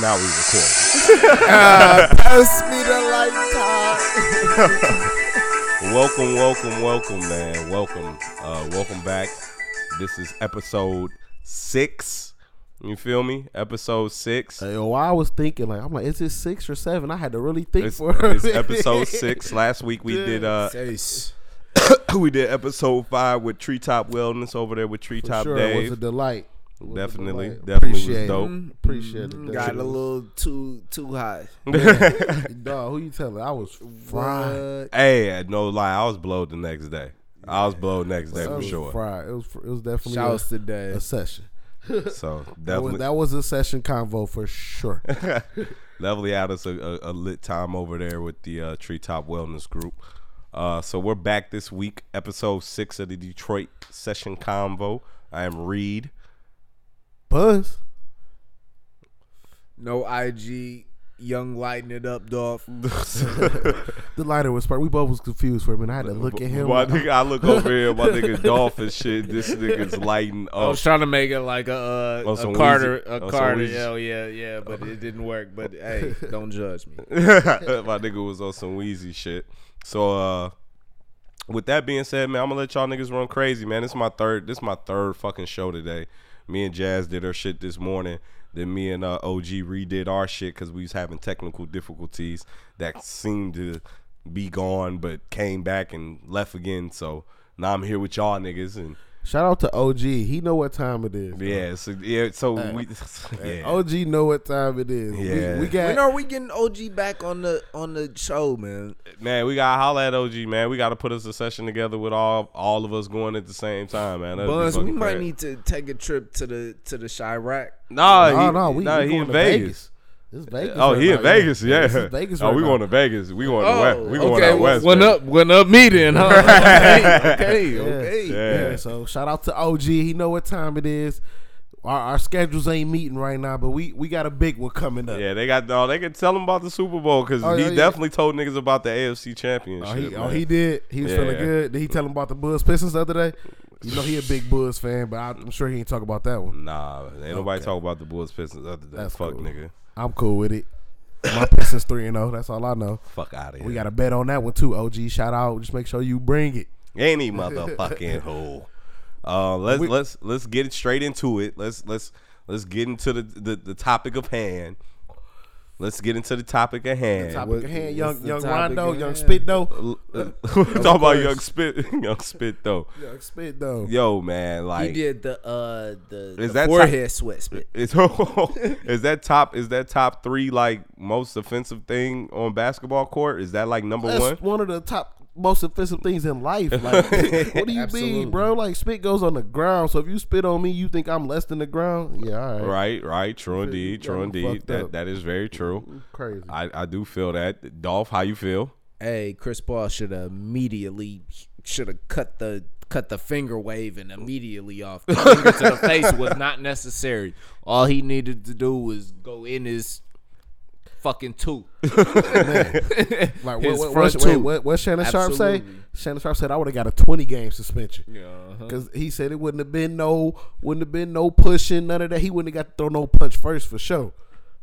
Now we record. Pass me the light Welcome, welcome, welcome, man. Welcome, uh, welcome back. This is episode six. You feel me? Episode six. Hey, yo, I was thinking like I'm like, is it six or seven? I had to really think It's, for a it's minute. episode six. Last week we did uh Ace. we did episode five with Treetop Wellness over there with For Treetop sure, it was a Dave. delight. It was a Definitely, delight. definitely was Appreciate it. Mm-hmm. dope. Appreciate it. Got a little too too high. dog. Who you telling? I was fried. Hey, no lie, I was blowed the next day. I was blowed next day I for was sure. Fried. It was. fr- It was definitely a, Shouts to Dave. a session. So That was, definitely, that was a session convo for sure. Lovely had us a, a, a lit time over there with the uh, Treetop Wellness Group. Uh, so we're back this week, episode six of the Detroit Session Convo. I am Reed. Buzz. No IG, young lighting it up, dog. The lighter was spark. We both was confused for a minute. I had to look at him. My like, nigga, I look over here, my nigga Dolph and shit. This nigga's lighting I up. was trying to make it like a uh, On some a Carter, Oh, Weezy- on a some Carter. Weezy. Oh yeah, yeah, but it didn't work. But hey, don't judge me. my nigga was on some Wheezy shit. So uh with that being said, man, I'm gonna let y'all niggas run crazy, man. This is my third this is my third fucking show today. Me and Jazz did our shit this morning. Then me and uh, OG redid our shit because we was having technical difficulties that seemed to be gone, but came back and left again. So now I'm here with y'all niggas, and shout out to OG. He know what time it is. yeah, so yeah, so we, yeah, OG know what time it is. We- Yeah. We, got When are we getting OG back on the on the show, man? man, we gotta holla at OG, man. We gotta put us a session together with all all of us going at the same time, man. That'd be Buns, we fucking might crazy. need to take a trip to the to the Chirac. Nah, No, he, no, we, nah, we he going in to Vegas. This Vegas. Oh, right he now, in Vegas, yeah. This is Vegas. oh, right we now. going to Vegas. We going to West. We going okay. out west. One baby. Oh, up, one up me then, huh? okay, okay, Yeah. okay. Yeah. Yeah, So shout out to OG. He know what time it is. Our, our schedules ain't meeting right now, but we we got a big one coming up. Yeah, they got. Oh, they can tell him about the Super Bowl because Oh, he yeah, yeah. definitely told niggas about the AFC Championship. Oh, he, oh, man. he did. He was feeling Yeah. good. Did he tell him about the Bulls Pistons the other day? You know he a big Bulls fan, but I, I'm sure he ain't talk about that one. Nah, ain't nobody talk about the Bulls Pistons other than That's fuck cool. nigga. I'm cool with it. My Pistons three and zero. That's all I know. Fuck out of here. We got a bet on that one too. OG, shout out. Just make sure you bring it. any motherfucking hole. Uh, let's We- let's let's get it straight into it. Let's let's let's get into the the, the topic of hand. Let's get into the topic at hand. Topic What- of hand, what's young the young topic Rondo, at young hand? Spit though, L- uh, We're talking about young spit, young spit though. young Spit though. Yo, man, He like did the uh the, Is the that forehead sweat spit. is, is that top is that top three like most offensive thing on basketball court? Is that like number That's one? one. of the top most offensive things in life. Like, what do you Absolutely. mean, bro? Like, spit goes on the ground. So if you spit on me, you think I'm less than the ground? Yeah, all right. Right, right. True indeed, got true me indeed. fucked That up. that is very true. Crazy. I, I do feel that. Dolph, how you feel? hey, Chris Paul should have immediately should have cut the cut the finger wave and immediately off the finger to the face was not necessary. All he needed to do was go in his fucking tooth. like, what, his what, front what, wait, tooth. what, what Shannon Sharp say? Absolutely. Shannon Sharp said I would have got a twenty game suspension because he said it wouldn't have been no, wouldn't have been no pushing, none of that. He wouldn't have got to throw no punch first for sure.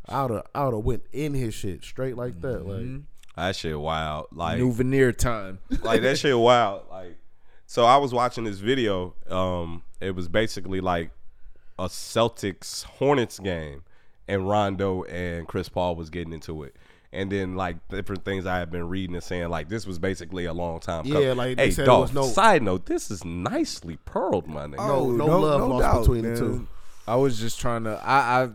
I'd have, I'd have went in his shit straight like that. Like, That shit wild. Like New veneer time. like that shit wild. Like, so I was watching this video. Um, it was basically like a Celtics Hornets game, and Rondo and Chris Paul was getting into it. And then like different things I have been reading and saying like this was basically a long time. Yeah, coming. like, they hey, said it dog. was no- side note, this is nicely pearled, my nigga. No, no love lost between the two. I was just trying to. I, I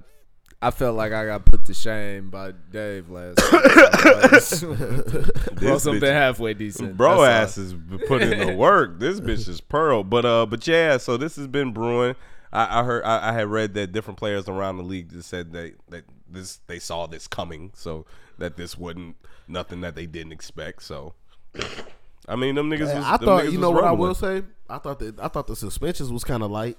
I felt like I got put to shame by Dave last. week. Well, This something bitch- halfway decent, Bro That's ass is putting in the work. This bitch is pearl. But uh, but yeah. So this has been brewing. I, I heard I, I had read that different players around the league just said that that this they saw this coming. So that this wasn't nothing that they didn't expect. So I mean, them niggas. Was, I them thought niggas you know was what I rolling. will say. I thought that I thought the suspensions was kind of light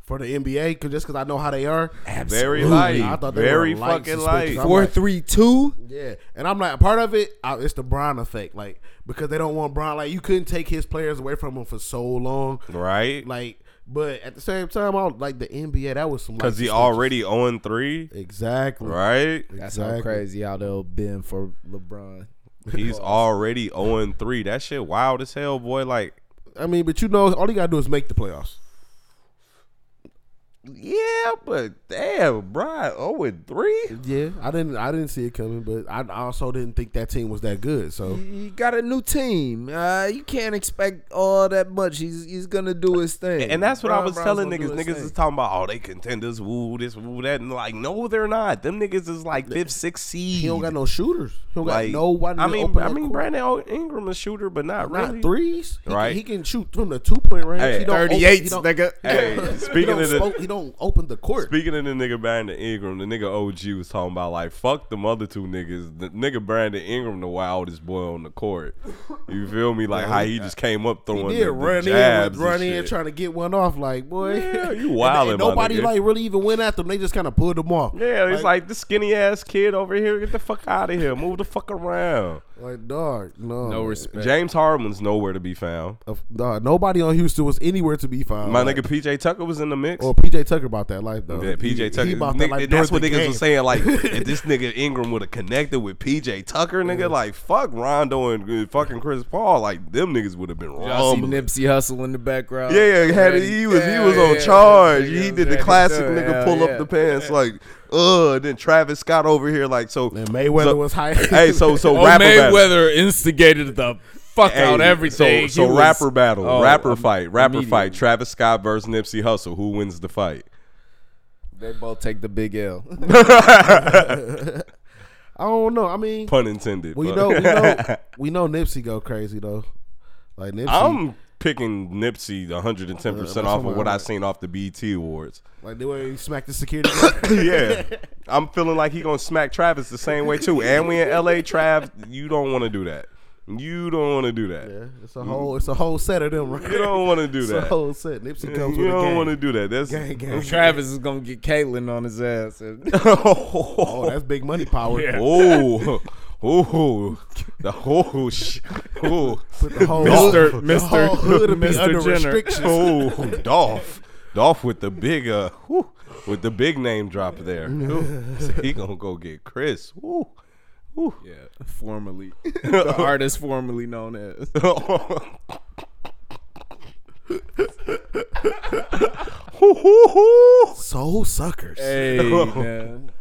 for the NBA, cause just because I know how they are. Very light. I thought they Very were light fucking suspensions. light. I'm all. Four three two. Yeah, and I'm like, part of it, I, it's the Bron effect, like because they don't want Bron. Like you couldn't take his players away from him for so long. Right. Like But at the same time, I was, like the NBA. That was some Because like, he already 0 3, exactly right? That's exactly. how crazy how they'll been for LeBron. He's already 0 3. That shit wild as hell, boy. Like, I mean, but you know, all you gotta do is make the playoffs. yeah, but damn, Brian, 0 3? Yeah, I didn't. I didn't see it coming, but I also didn't think that team was that good. So He got a new team. Uh, you can't expect all that much. He's he's gonna do his thing. And that's what I Bron was Bron's telling gonna niggas. do his Niggas thing. is talking about, oh, they contenders, woo, this, woo, that. And like, no, they're not. Them niggas is like fifth, sixth seed. he don't got no shooters. He don't like, got nobody. I to mean, open I up mean, court. Brandon Ingram a shooter, but not, not really. threes. He Right. can, he can shoot from the two point range. Hey, he don't open- he 38, don't- nigga. Hey, He speaking don't, of the, smoke- he don't open the court. Speaking of the nigga Brandon Ingram, the nigga OG was talking about like fuck the other two niggas. The nigga Brandon Ingram, the wildest boy on the court. You feel me? Like how he just came up throwing He the, did the run in, jabs with- and run in, shit. trying to get one off. Like boy, Yeah, you And- and wildin', my Nobody nigga. like really even went after them. They just kind of pulled them off. yeah, he's like, this skinny ass kid over here. Get the fuck out of here. Move the fuck around. Like dog, no, No respect. James Harden's nowhere to be found. Of- dog, nobody on Houston was anywhere to be found. My like, nigga PJ Tucker was in the mix. or PJ Tucker about that life though. Yeah, Oh, He- PJ Tucker. he about nigga, that life. that's what during niggas the was game. saying. Like, if this nigga Ingram would have connected with PJ Tucker, nigga, like fuck Rondo and uh, fucking Chris Paul, like them niggas would have been Y'all see wrong. Nipsey Hustle in the background. Yeah, yeah, had it, he was he was on charge. He did the classic nigga pull up the pants like, uh. Then Travis Scott over here like so. And Mayweather so- was high. Hey, so so Oh, rapper battle. Mayweather instigated the fuck Hey, out everything. So, so He was- rapper battle, oh, rapper um, fight, rapper immediately. fight. Travis Scott versus Nipsey Hussle. Who wins the fight? They both take the big L. I don't know. I mean, Pun intended. well, you but- know, we know, we know Nipsey go crazy though. Like Nipsey, I'm picking Nipsey 110 percent Uh, off of what I that's seen off the BET Awards. like the way he smacked the security. yeah, I'm feeling like he gonna smack Travis the same way too. And we in LA, Trav, you don't want to do that. You don't want to do that. Yeah, it's a whole, it's a whole set of them. Right? You don't want to do it's a that. whole set. Nipsey comes You with don't want a to do that. That's gang, gang, gang. Travis is gonna get Caitlyn on his ass. Oh, that's big money power. oh. Oh, the oh, sh- oh, Put the whole Mister- the Mister- whole hood would be Mister under Jenner. restrictions. oh, Dolph, Dolph with the big uh, whew, with the big name drop there. Whew. So he gonna go get Chris. Whew. Whew. yeah, formerly the artist formerly known as. Y'all Soul suckers.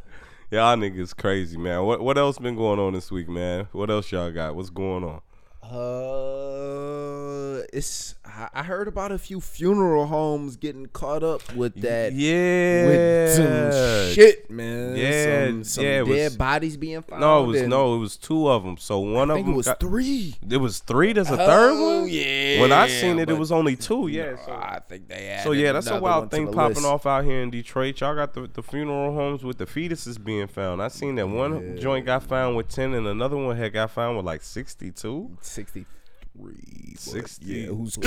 Hey man, niggas crazy, man. What what else been going on this week, man? What else y'all got? What's going on? uh, it's I I heard about a few funeral homes getting caught up with that. yeah. With some shit, man. Yeah, some, some yeah, it dead was- bodies being found. No, it was and- no, it was two of them. So one I of think it them was got, three. it was three. There's a third Oh, one. yeah, When I seen it, it but- was only two. Yeah. so- I think they added So yeah, that's a another one wild to thing the popping list. off out here in Detroit. Y'all got the, the funeral homes with the fetuses being found. I seen that one joint got found with ten, and another one had got found with like sixty two. 63. Sixty. Yeah, who's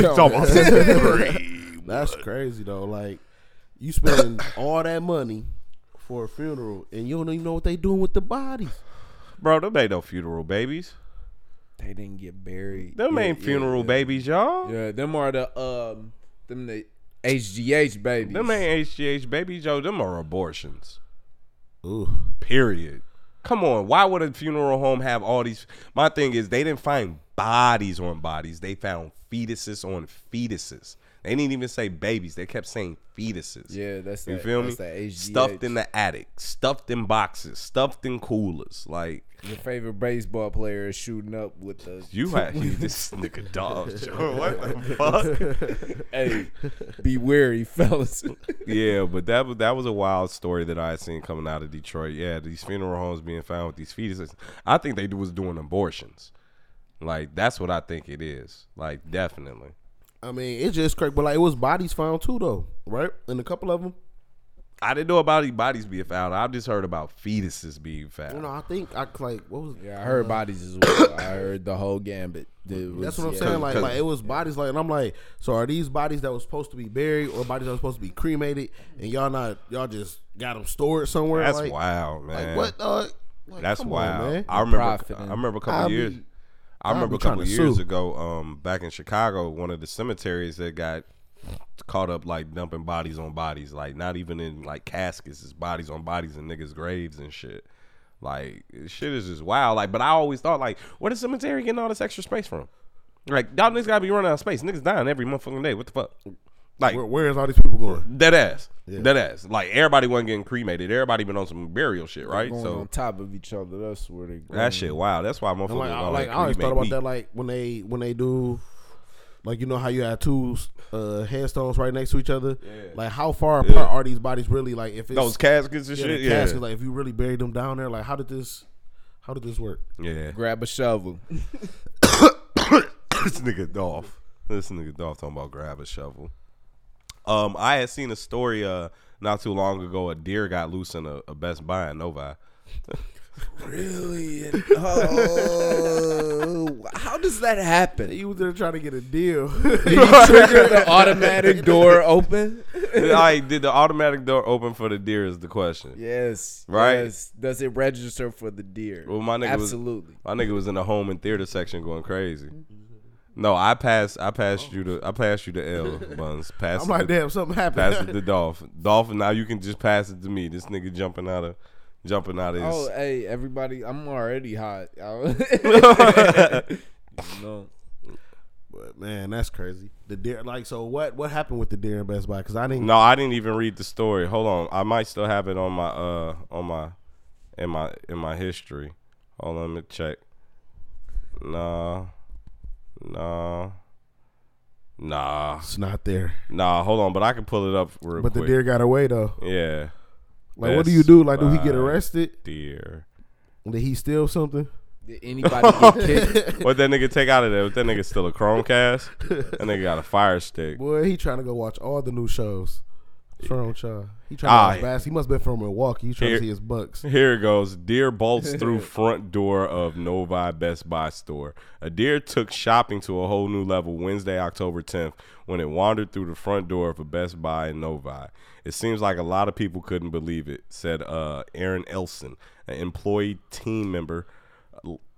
That's crazy though. Like you spend all that money for a funeral and you don't even know what they doing with the bodies. Bro, them ain't no funeral babies. They didn't get buried. Them Yeah, ain't yeah, funeral yeah. babies, y'all. Yeah, them are the um, them the HGH babies. Them ain't HGH babies, yo. Them are abortions. Ooh. Period. Come on, why would a funeral home have all these? My thing is, they didn't find bodies on bodies. They found fetuses on fetuses. They didn't even say babies. They kept saying fetuses. Yeah, that's You that, feel me? that's That HGH. Stuffed in the attic, stuffed in boxes, stuffed in coolers. Like Your favorite baseball player is shooting up with the you actually this nigga dog. what the fuck? hey, be wary, fellas. yeah, but that was that was a wild story that I had seen coming out of Detroit. Yeah, these funeral homes being found with these fetuses. I think they was doing abortions. Like that's what I think it is. Like definitely. I mean, it's just crazy. But like it was bodies found too though, right? And a couple of them. I didn't know about these bodies being found. I just heard about fetuses being found. You know, I think I like what was yeah, I heard bodies as well. I heard the whole gambit. It was- That's what I'm yeah. saying. Like, Cause- like it was bodies. Like, and I'm like, so are these bodies that was supposed to be buried, or bodies that was supposed to be cremated, and y'all not, y'all just got them stored somewhere? that's like, wild, man. Like what? dog? Like, That's come on, wild. man. I remember. Profiting. I remember a couple I'll years. be- I remember be a couple trying to years sue. ago. Um, back in Chicago, one of the cemeteries that got caught up like dumping bodies on bodies, like not even in like caskets, it's bodies on bodies and niggas' graves and shit. Like shit is just wild. Like, but I always thought like, where the cemetery getting all this extra space from? Like, y'all niggas gotta be running out of space. Niggas dying every motherfucking day. What the fuck? Like, Where, where is all these people going? Dead ass. Dead ass. Like everybody wasn't getting cremated. Everybody been on some burial shit, right? Going So on top of each other. That's where they. that shit, wow. That's why motherfuckers And like, I, don't like, like, I always cremate thought about meat. that. Like when they when they do, like you know how you have two uh, headstones right next to each other. Like how far apart are these bodies really? Like if it's Those caskets and yeah, the shit, yeah, casket, like if you really buried them down there, like how did this? How did this work? yeah. Grab a shovel. this nigga Dolph. This nigga Dolph talking about grab a shovel. Um, I had seen a story uh not too long ago. A deer got loose in a, a Best Buy in Novi. Really? Oh, how does that happen? He was there trying to get a deal. Trigger the automatic door open. like, did the automatic door open for the deer? Is the question. Yes. Right. Yes. Does it register for the deer? Well, my nigga was- Absolutely. My nigga was in the home and theater section going crazy. Mm-hmm. No, I passed. I passed you to. I passed you to L buns. Pass. Oh. I'm it like, to- damn, something Pass it happened. to Dolph. Dolph. Now you can just pass it to me. This nigga jumping out of, jumping out of his. Oh, hey, everybody! I'm already hot. no. But, man, that's crazy. The deer, like, so what? What happened with the deer in Best Buy? Because I didn't. No, I didn't even read the story. Hold on, I might still have it on my uh on my in my in my history. Hold on, let me check. Nah, nah, nah, It's not there. nah. Hold on, but I can pull it up real But the quick. deer got away though. yeah, Like, what do Best you do? Like, do he Buy. get arrested? deer. Did he steal something? Did anybody get kicked? What that nigga take out of there? What that nigga still a Chromecast? that nigga got a Fire Stick. Boy, he trying to go watch all the new shows. What's wrong with y'all? He trying Ah, to watch bass. He must been from Milwaukee. He trying Here- to see his bucks. Here it goes. Deer bolts through front door of Novi Best Buy store. A deer took shopping to a whole new level Wednesday, October 10th, when it wandered through the front door of a Best Buy in Novi. It seems like a lot of people couldn't believe it, said uh, Aaron Elson, an employee team member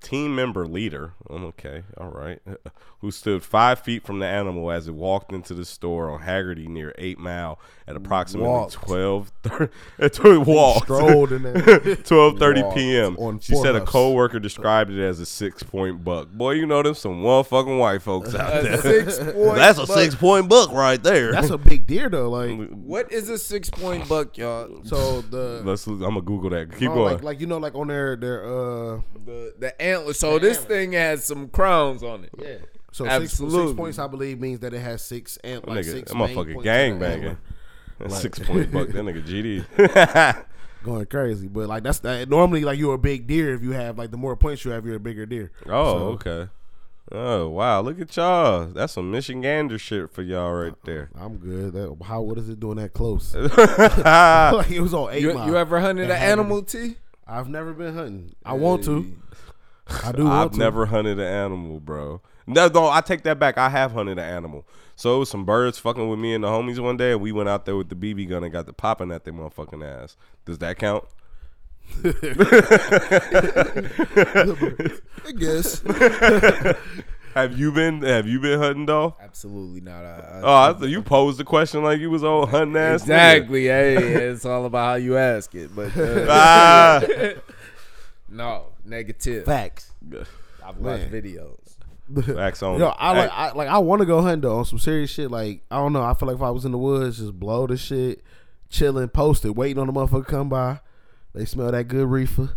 team member leader, um, okay, all right, who stood five feet from the animal as it walked into the store on Haggerty near Eight Mile at approximately Walked. twelve thirty. It walked. Strolled in there. Twelve thirty Walked p.m. on she said a Pornhub's. coworker described it as a six point buck. Boy, you know them some one fucking white folks out there. six point. That's a buck. six point buck right there. That's a big deer though. Like What is a six point buck, y'all? so the Let's. I'm gonna Google that. Keep oh, going. like like you know like on their their uh The, the antler. So this thing has some crowns on it. Yeah. so six, six Absolutely. points I believe means that it has six and like nigga, six that main motherfucker points gang on the banging. antler. That's six point buck. That nigga GD. going crazy. But like that's that normally like you're a big deer if you have like the more points you have you're a bigger deer. Oh, okay. Oh wow, look at y'all. That's some Michigander shit for y'all right there. I'm good. That, how what is it doing that close? I like it was on eight You, mile. you ever hunted an That happened. animal, T? I've never been hunting. I want to. I do. want have to. never hunted an animal, bro. No, no, I take that back. I have hunted an animal. So it was some birds fucking with me and the homies one day, and we went out there with the BB gun and got the popping at their motherfucking ass. Does that count? I guess. Have you been? Have you been hunting though? Absolutely not. I, Oh, I thought you posed the question like you was old hunting ass. nigga. exactly. Hey, it's all about how you ask it. But uh, Ah. no, negative. Facts. I've Man. watched videos. Facts on. Yo, I Oh, Hey, like, I like, I want to go hunting though on some serious shit. Like, I don't know. I feel like if I was in the woods, just blow the shit, chilling, posted, waiting on the motherfucker to come by. They smell that good reefer.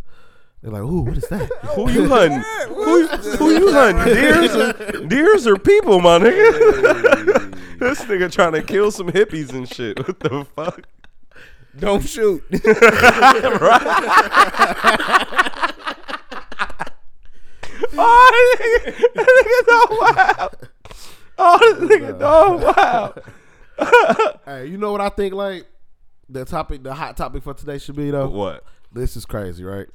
They're like, ooh, what is that? Who you hunting? who, who you hunting? Deers or, deers or people, my nigga? this nigga trying to kill some hippies and shit. What the fuck? Don't shoot. Oh, that nigga, that nigga, oh, wow. Oh, this nigga, oh, wow. hey, you know what I think? Like, the topic, the hot topic for today should be though. What? This is crazy, right?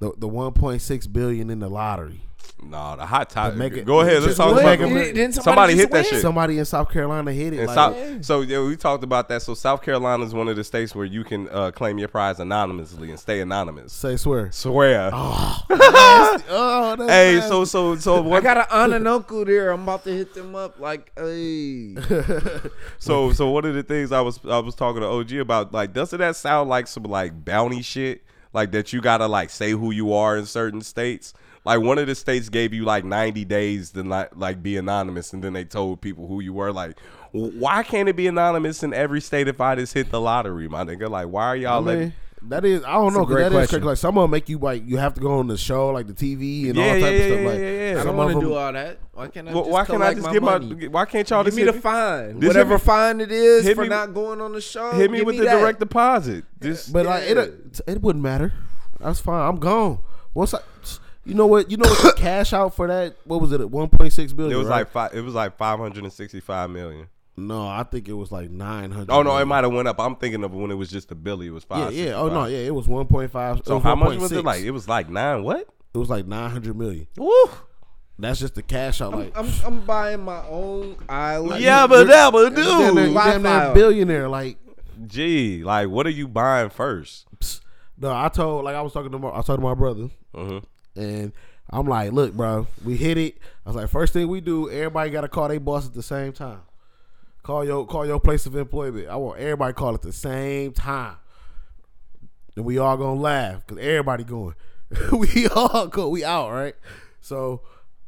the the one point six billion in the lottery. Nah, the hot topic. make it- Go ahead. Let's just talk what? about Make the- it- Didn't Somebody somebody hit just that win? shit. Somebody in South Carolina hit it. And Like, South, so yeah, we talked about that. So South Carolina's one of the states where you can uh, claim your prize anonymously and stay anonymous. say swear. Swear. Oh, that's hey, nasty. so so so I what? got an aunt and uncle there. I'm about to hit them up. Like, hey, So so one of the things I was I was talking to OG about like doesn't that sound like some like bounty shit like that you gotta like say who you are in certain states like one of the states gave you like 90 days to not like be anonymous and then they told people who you were like w- why can't it be anonymous in every state if I just hit the lottery my nigga like why are y'all I mean, letting that is I don't know a because great that is question. crazy. Like some of them make you like you have to go on the show like the TV and Yeah, all yeah, type yeah, of stuff. yeah, like yeah, yeah. I some don't I don't of want to them- do all that. Why can't I? Wh- just why can't I collect just my get money? my why can't y'all Give just me hit the fine, This whatever hit me- fine it is hit for me- not going on the show. hit me give with the that. direct deposit just But like Yeah. it, uh, it wouldn't matter. That's fine. I'm gone. Once I, you know what, you know what, the cash out for that. What was it? One point six billion. it was right? like five it was like 565 million no, I think it was like nine hundred. Oh no, it might have went up. I'm thinking of when it was just a Billy. It was Yeah, five. yeah. Oh no, yeah. It was one point five. So how much was it like? It was like nine. What? It was like nine hundred million. Woo. That's just the cash out. Like I'm, I'm buying my own island. Yeah, but that would you damn near, you do. Wi-Fi. damn near billionaire. Like Gee, like what are you buying first? psst. no, I told like I was talking to my, I was talking to my brother, Mhm. and I'm like, look, bro, we hit it. I was like, first thing we do, everybody got to call their boss at the same time. Call your call your place of employment. I want everybody to call at the same time, and we all gonna laugh because everybody going. we all go, we out right. So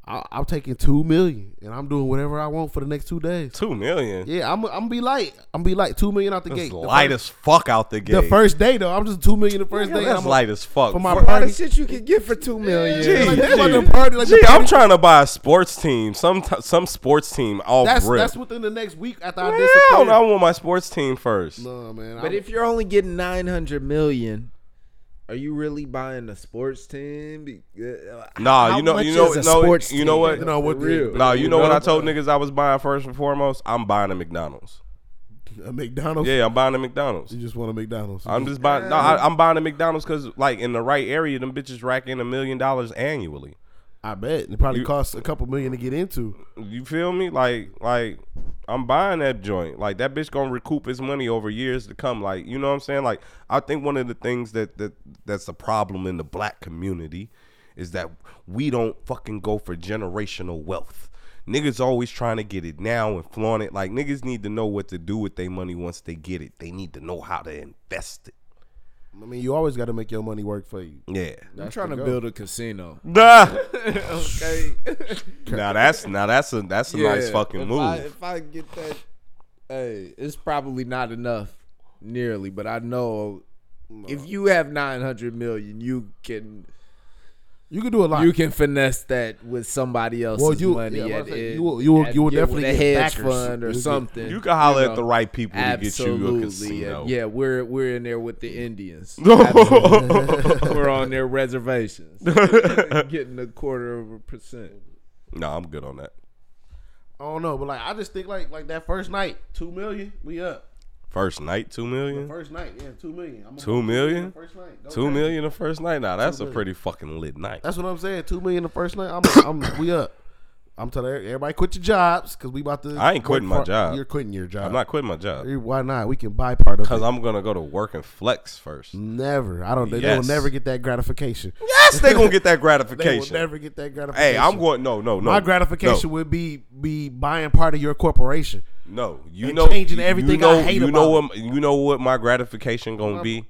I, I'm taking two million, and I'm doing whatever I want for the next two days. Two million. Yeah, I'm I'm gonna be light. I'm gonna be light. Two million out the That's gate. The light first- as fuck out the gate. the first day though, I'm just two million the first Yeah, day. that's I'm a- light as fuck. for my For- All the party. shit you can get for two million. Gee, Like, gee. they about to party, like, the Gee, I'm party- trying to buy a sports team. Some t- some sports team all That's rip. that's within the next week after I Man, I, disappear. don't- I want my sports team first. No man, But I'm- if you're only getting 900 million, are you really buying a sports team? Be- uh, Nah, how Ah, you know- much you know- is a no, sports you know team? what? No, what For the- real. Nah, you know what know? I told niggas I was buying first and foremost? I'm buying a McDonald's. a McDonald's, Yeah, I'm buying a McDonald's. you just want a McDonald's. I'm just buying. No, I, I'm buying a McDonald's because, like, in the right area, them bitches rack in a million dollars annually. I bet it probably You- costs a couple million to get into. You feel me? Like, like I'm buying that joint. Like that bitch gonna recoup his money over years to come. Like, you know what I'm saying? Like, I think one of the things that that that's a problem in the black community is that we don't fucking go for generational wealth. Niggas always trying to get it now and flaunt it. Like niggas need to know what to do with their money once they get it. They need to know how to invest it. I mean, you always got to make your money work for you. Yeah. I'm trying to the build a casino. Nah. Okay. now that's now that's a that's a nice fucking if move. I, if I get that, hey, it's probably not enough, nearly. But I know if you have 900 million, you can You can do a lot. you can finesse that with somebody else's Well, you- money. yeah, I was at, gonna say, at- you will- you will- at- you will with definitely a get hedge backers. fund You or get- something. You can holler know. at the right people to get you a Absolutely. casino. and yeah, we're we're in there with the Indians. Absolutely. we're on their reservations. Getting a quarter of a percent. No, I'm good on that. I don't know, but like I just think like like that first night, two million, we up. First night, two million. First night, yeah, two million. I'm Two million. First night, go Two crazy. million the first night. Now that's a pretty fucking lit night. That's what I'm saying. Two million the first night. I'm, I'm we up. I'm telling every- everybody quit your jobs because we about to. I ain't quitting work my job. You're quitting your job. I'm not quitting my job Eh, Why not? We can buy part of because it. I'm gonna go to work and flex first. Never. I don't. They, Yes. will never get that gratification. Yes, they gonna get that They will gratification. never get that gratification. hey, I'm going. No, no, no. My gratification No, would be be buying part of your corporation. no. you and know, changing you- You everything I know, hate you about know what? You know what? My gratification gonna be.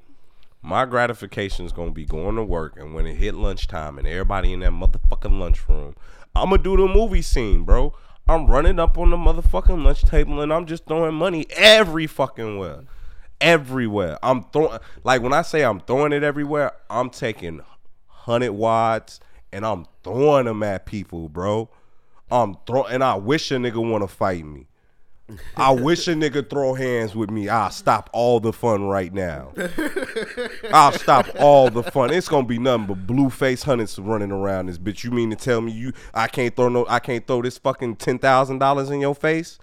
My gratification is gonna be going to work, and when it hit lunchtime, and everybody in that motherfucking lunchroom, I'm gonna do the movie scene, bro. I'm running up on the motherfucking lunch table, and I'm just throwing money every fucking where, everywhere. I'm throwing like when I say I'm throwing it everywhere, I'm taking hundred wads and I'm throwing them at people, bro. I'm throwing, and I wish a nigga wanna fight me. I wish a nigga throw hands with me. I'll stop all the fun right now. I'll stop all the fun. It's gonna be nothing but blue face hunters running around this bitch. You mean to tell me you I can't throw no I can't throw this fucking ten thousand dollars in your face?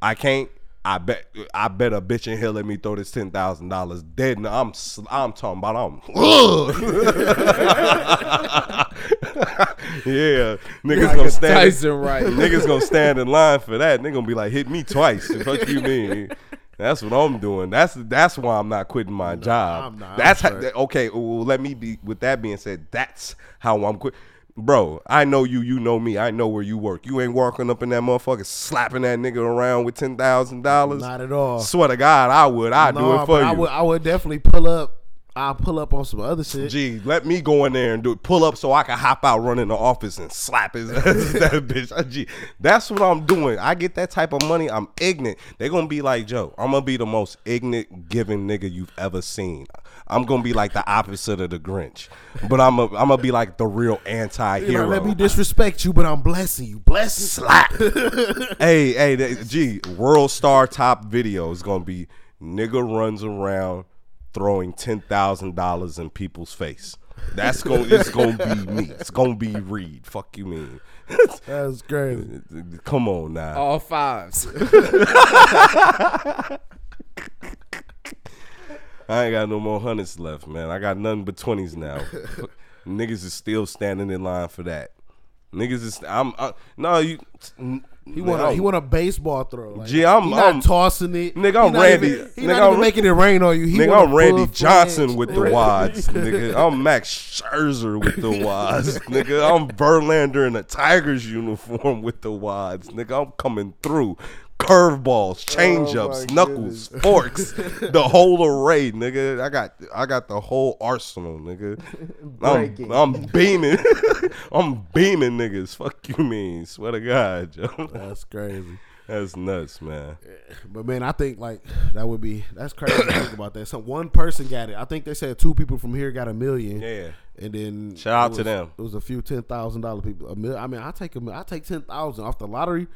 I can't. I bet I bet a bitch in here let me throw this ten thousand dollars dead. And I'm sl- I'm talking about I'm yeah niggas gonna stand Tyson right. niggas gonna stand in line for that. Nigga gonna be like hit me twice. The Fuck you mean? That's what I'm doing. That's that's why I'm not quitting my job. I'm not. I'm That's how, sure. that- okay. Well, let me be. With that being said, that's how I'm quit. Bro, I know you. You know me. I know where you work. You ain't walking up in that motherfucker slapping that nigga around with ten thousand dollars. Not at all. Swear to God, I would. I do Nah, it for but you. I would, I would definitely pull up. I'll pull up on some other shit. Gee, let me go in there and do pull up so I can hop out, run in the office and slap his ass. that bitch. Uh, Gee, that's what I'm doing. I get that type of money. I'm ignorant. They're gonna be like, Joe, I'm gonna be the most ignorant giving nigga you've ever seen. I'm gonna be like the opposite of the Grinch, but I'm a, I'm gonna be like the real You know, anti-hero. let me disrespect you, but I'm blessing you. Blessing. Slap. hey, hey, that, gee, world star top video is gonna be nigga runs around throwing ten thousand dollars in people's face. That's gonna it's gonna be me. It's gonna be Reed. Fuck you mean. That's crazy. Come on now. All fives. I ain't got no more hundreds left, man. I got nothing but twenties now. Niggas is still standing in line for that. Niggas is I'm I, no you. He want a, he want a baseball throw. Like, Gee, I'm- he not I'm- tossing it. Nigga, He I'm not Randy. Even, he Nigga, not even I'm- making it rain on you. He nigga, want I'm a Randy full-fledged- Johnson with the wads, nigga. I'm Max Scherzer with the wads, nigga. I'm Verlander in a Tigers uniform with the wads, nigga. I'm coming through. Curveballs, changeups, knuckles, forks, the whole array, nigga. I got I got the whole arsenal, nigga. I'm, Breaking. I'm beaming. I'm beaming niggas. Fuck you mean. Swear to God, Joe. That's crazy. That's nuts, man. But man, I think like that would be that's crazy to think about that. So one person got it. I think they said two people from here got a million. Yeah. And then Shout out it to was- them. It was a few ten thousand dollar people. A mil- I mean, I take a mil- I take ten thousand off the lottery.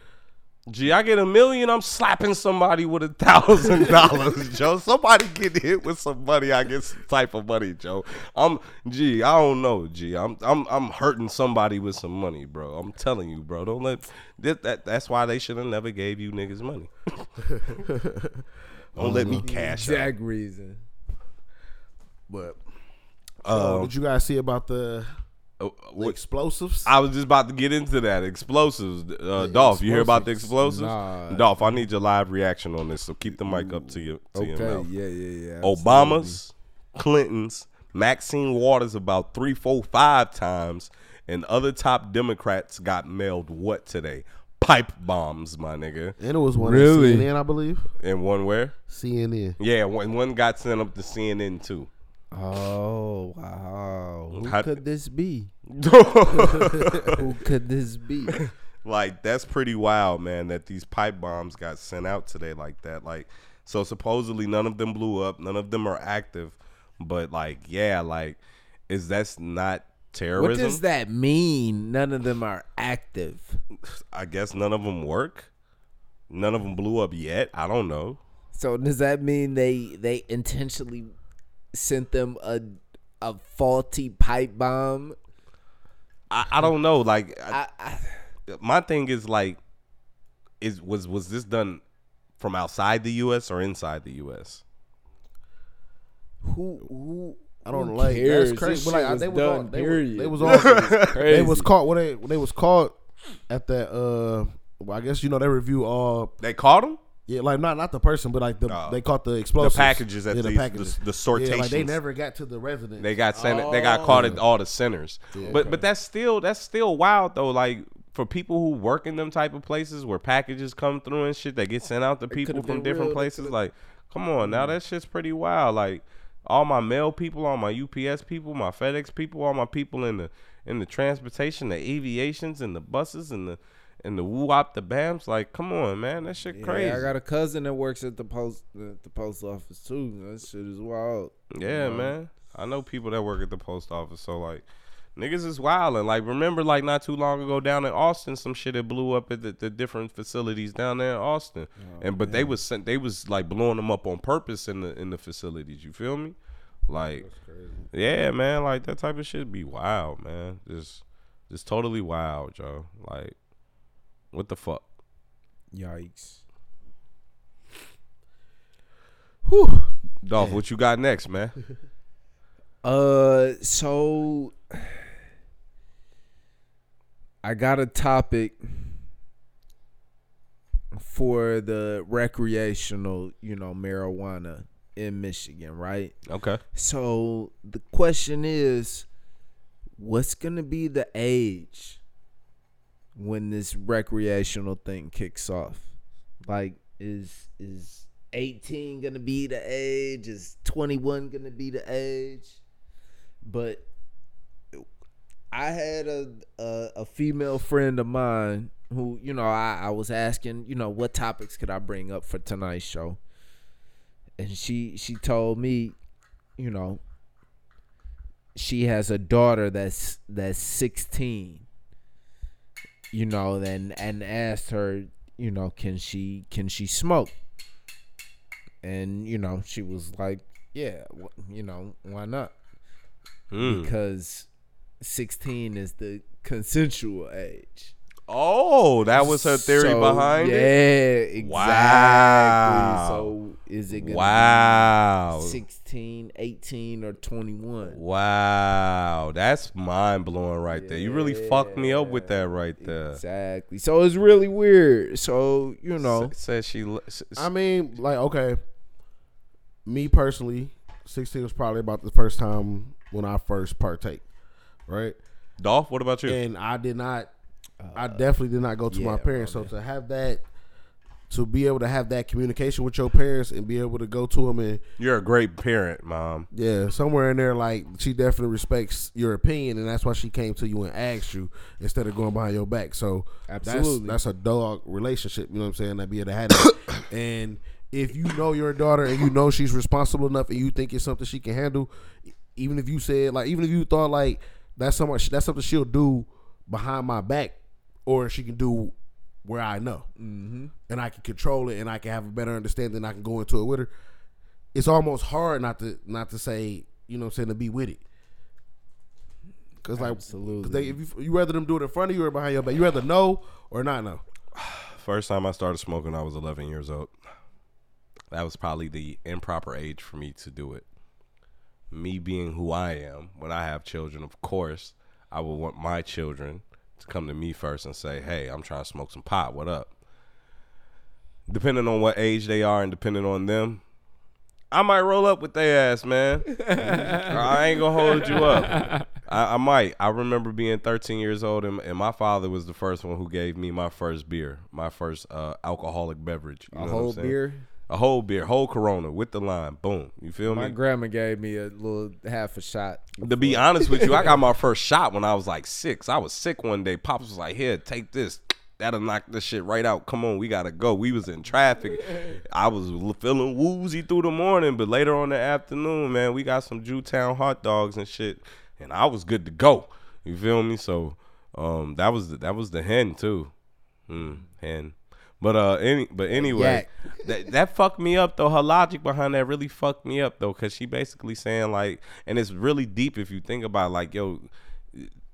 Gee, I get a million, I'm slapping somebody with a thousand dollars, Joe. Somebody get hit with some money, I get some type of money, Joe. I'm gee, I don't know, gee. I'm I'm I'm hurting somebody with some money, bro. I'm telling you, bro. Don't let that, that that's why they should have never gave you niggas money. don't let me cash out. Exact reason. But Um, what you guys see about the, Uh, the what- explosives? I was just about to get into that explosives, uh, Dolph. You hear about the explosives, Nah. Dolph? I need your live reaction on this, so keep the mic up to your to your mouth. yeah, yeah, yeah. Obama's, Clinton's, Maxine Waters about three, four, five times, and other top Democrats got mailed what today? Pipe bombs, my nigga. and it was one Really? at CNN, I believe. And one where? CNN. Yeah, one one got sent up to CNN too. Oh wow. Who How- could this be? Who could this be? like that's pretty wild, man. That these pipe bombs got sent out today like that. Like so, supposedly none of them blew up. None of them are active. But like, yeah, like is that's not terrorism? What does that mean? None of them are active. I guess none of them work. None of them blew up yet. I don't know. So does that mean they they intentionally sent them a a faulty pipe bomb? I, I don't know. Like I, I, I, my thing is like, is was was this done from outside the U.S. or inside the U.S. who who I don't who like cares? that's crazy. This But shit like was they was done, all, they, period. was, they was all Crazy. they was caught. When they they was caught at that. Uh, well, I guess you know they review all They caught him. Yeah, like not not the person, but like the Oh. they caught the explosives, packages at yeah, these- the- the Yeah, like they sortations. never got to the residence. They got sent. They Oh. got caught at all the centers. but but that's still that's still wild though. Like for people who work in them type of places where packages come through and shit, they get sent out to people could've Mm. from been different real, that places. Like, come on now, that shit's pretty wild. Like all my mail people, all my UPS people, my FedEx people, all my people in the in the transportation, the aviations, and the buses, and the and the woo op the bams. Like, come on, man, that shit crazy. I got a cousin that works at the post at the post office too. That shit is wild. Yeah, man. I know people that work at the post office, so like niggas is wildin'. Like remember like not too long ago down in Austin, some shit that blew up at the, the different facilities down there in Austin. and but they was sent they was like blowing them up on purpose in the in the facilities, you feel me? Like Yeah, man, like that type of shit be wild, man. Just just totally wild, yo. Like what the fuck? Yikes. Whew. Dolph, what you got next, man? Uh, so I got a topic for the recreational, you know, marijuana in Michigan, right? Okay. So the question is, what's gonna be the age when this recreational thing kicks off? Like, is is eighteen gonna be the age? Is twenty one gonna be the age? But I had a, a a female friend of mine who, you know, I, I was asking, you know, what topics could I bring up for tonight's show? And she she told me, you know, she has a daughter that's that's 16 you know and and asked her you know can she can she smoke and you know she was like yeah wh- you know why not Hmm. because 16 is the consensual age Oh, that was her theory So, behind yeah, it. exactly Wow. so is it gonna Wow. be 16 18 or 21 Wow, that's mind blowing right there. You really fucked me up with that right there. exactly so it's really weird so you know S- said she. l- s- s- I mean, like, okay. Me personally, sixteen was probably about the first time when I first partake, right? Dolph, what about you? And I did not. I definitely did not go to my Uh, yeah, parents. So to have that, to be able to have that communication with your parents and be able to go to them and You're a great parent, mom. Yeah, somewhere in there, like she definitely respects your opinion, and that's why she came to you and asked you instead of going behind your back. So Absolutely. that's, that's a dog relationship. You know what I'm saying? That be able to have that. and if you know your daughter and you know she's responsible enough, and you think it's something she can handle, e- even if you said like, even if you thought like that's something that's something she'll do behind my back, or she can do where I know, mm-hmm. and I can control it, and I can have a better understanding, and I can go into it with her it's almost hard not to not to say you know what I'm saying to be with it. Cause like, cause they, if you, you rather them do it in front of you or behind your back, you rather know or not know. First time I started smoking, I was 11 years old. That was probably the improper age for me to do it. Me being who I am, when I have children, of course, I would want my children to come to me first and say, hey, I'm trying to smoke some pot. What up? Depending on what age they are and depending on them, I might roll up with their ass, man. I ain't gonna hold you up. I, I might. I remember being 13 years old, and, and my father was the first one who gave me my first beer, my first uh, alcoholic beverage. You know a what I'm whole saying? beer a whole beer, whole Corona with the lime. Boom. You feel My me? grandma gave me a little half a shot. to be honest with you, I got my first shot when I was like six. I was sick one day. Pops was like, "Here, take this. That'll knock this shit right out. Come on, we gotta go." We was in traffic. I was l- feeling woozy through the morning, but later on in the afternoon, man, we got some Jewtown hot dogs and shit, and I was good to go. You feel me? So, um, that was the, that was the hen too, mm, hen. But uh, any but anyway, that that fucked me up though. Her logic behind that really fucked me up though, cause she basically saying like, and it's really deep if you think about it, like, yo,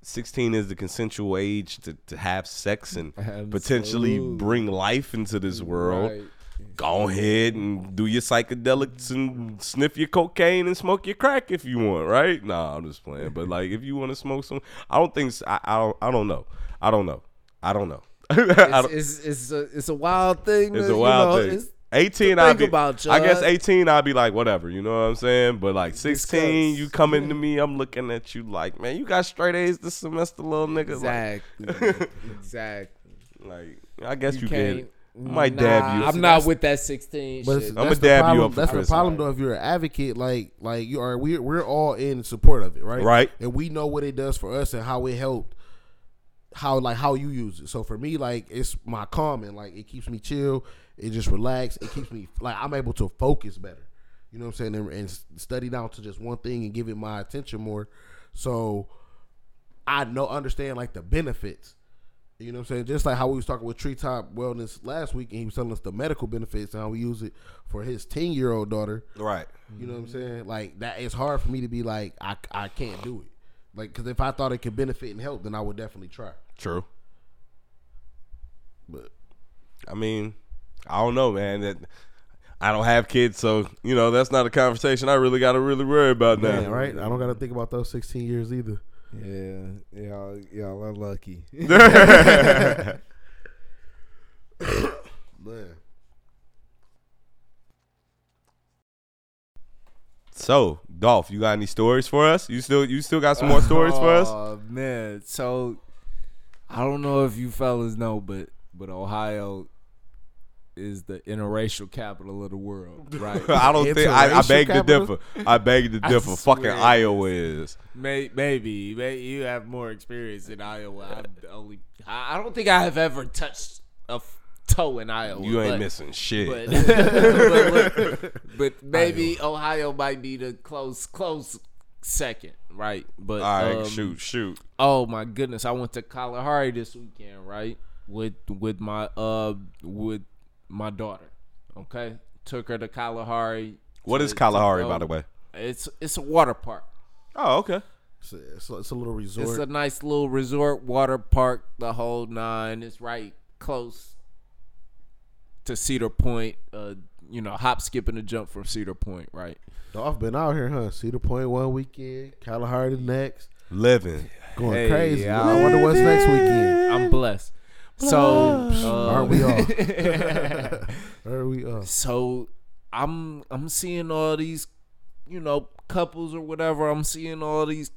sixteen is the consensual age to, to have sex and potentially Absolutely. bring life into this world. Right. Go ahead and do your psychedelics and sniff your cocaine and smoke your crack if you want, right? Nah, I'm just playing. But like, if you want to smoke some, I don't think s- I, I don't I don't know. I don't know. I don't know. I don't- It's, it's, it's, a, it's a wild thing. it's to, a wild you know, thing. It's, 18, to I'd think be. about, I guess Judd. 18, I'd be like, whatever. You know what I'm saying? But like 16, Discuss. you coming to me, I'm looking at you like, man, you got straight A's this semester, little nigga. exactly. exactly. Like, like, I guess you, You can. can't. Might nah, dab you. I'm not with that 16 But shit. I'ma that's the dab you problem. up for that's the Christmas. problem though. If you're an advocate, like like you are, we're we're all in support of it, right? Right. And we know what it does for us and how it helped, how like how you use it. So for me, like it's my calming. Like it keeps me chill. It just relax. It keeps me like I'm able to focus better. You know what I'm saying? And, and study down to just one thing and give it my attention more. So I know understand like the benefits. You know what I'm saying? Just like how we was talking with Treetop Wellness last week, and he was telling us the medical benefits and how we use it for his ten year old daughter. Right. You know what I'm saying? Like that, it's hard for me to be like, I, I can't do it. Like, cause if I thought it could benefit and help, then I would definitely try. True. But I mean, I don't know, man. That I don't have kids, so you know that's not a conversation I really got to really worry about now. Yeah, right. I don't got to think about those 16 years either. Yeah, y'all, y'all are lucky. Man, So, Dolph, you got any stories for us? You still you still got some more stories for us? Oh man, So I don't know if you fellas know, but but Ohio is the interracial capital of the world, right? I don't think I, I Interracial beg to capital? differ. I beg to I differ. Fucking swear. Iowa is. May, maybe, may you have more experience in Iowa. I'm the only. I, I don't think I have ever touched a f- toe in Iowa. You ain't but- missing shit. But, but, look, but maybe Ohio might be the close close second, right? But All right, um, shoot, shoot. Oh my goodness! I went to Kalahari this weekend, right? With with my uh with my daughter. Okay, took her to Kalahari. What to- is Kalahari, to go- by the way? It's it's a water park. Oh, okay. it's a, it's a- it's a little resort. It's a nice little resort water park, the whole nine. It's right close to Cedar Point. Uh, you know, hop, skip, and a jump from Cedar Point, right? Dolph been out here, huh? Cedar Point one weekend, Kalahari the next, Living. going Hey, crazy. yeah, I wonder what's next weekend. I'm blessed. So, uh, Aren't we all? Are we all? so I'm I'm seeing all these, you know, couples or whatever. I'm seeing all these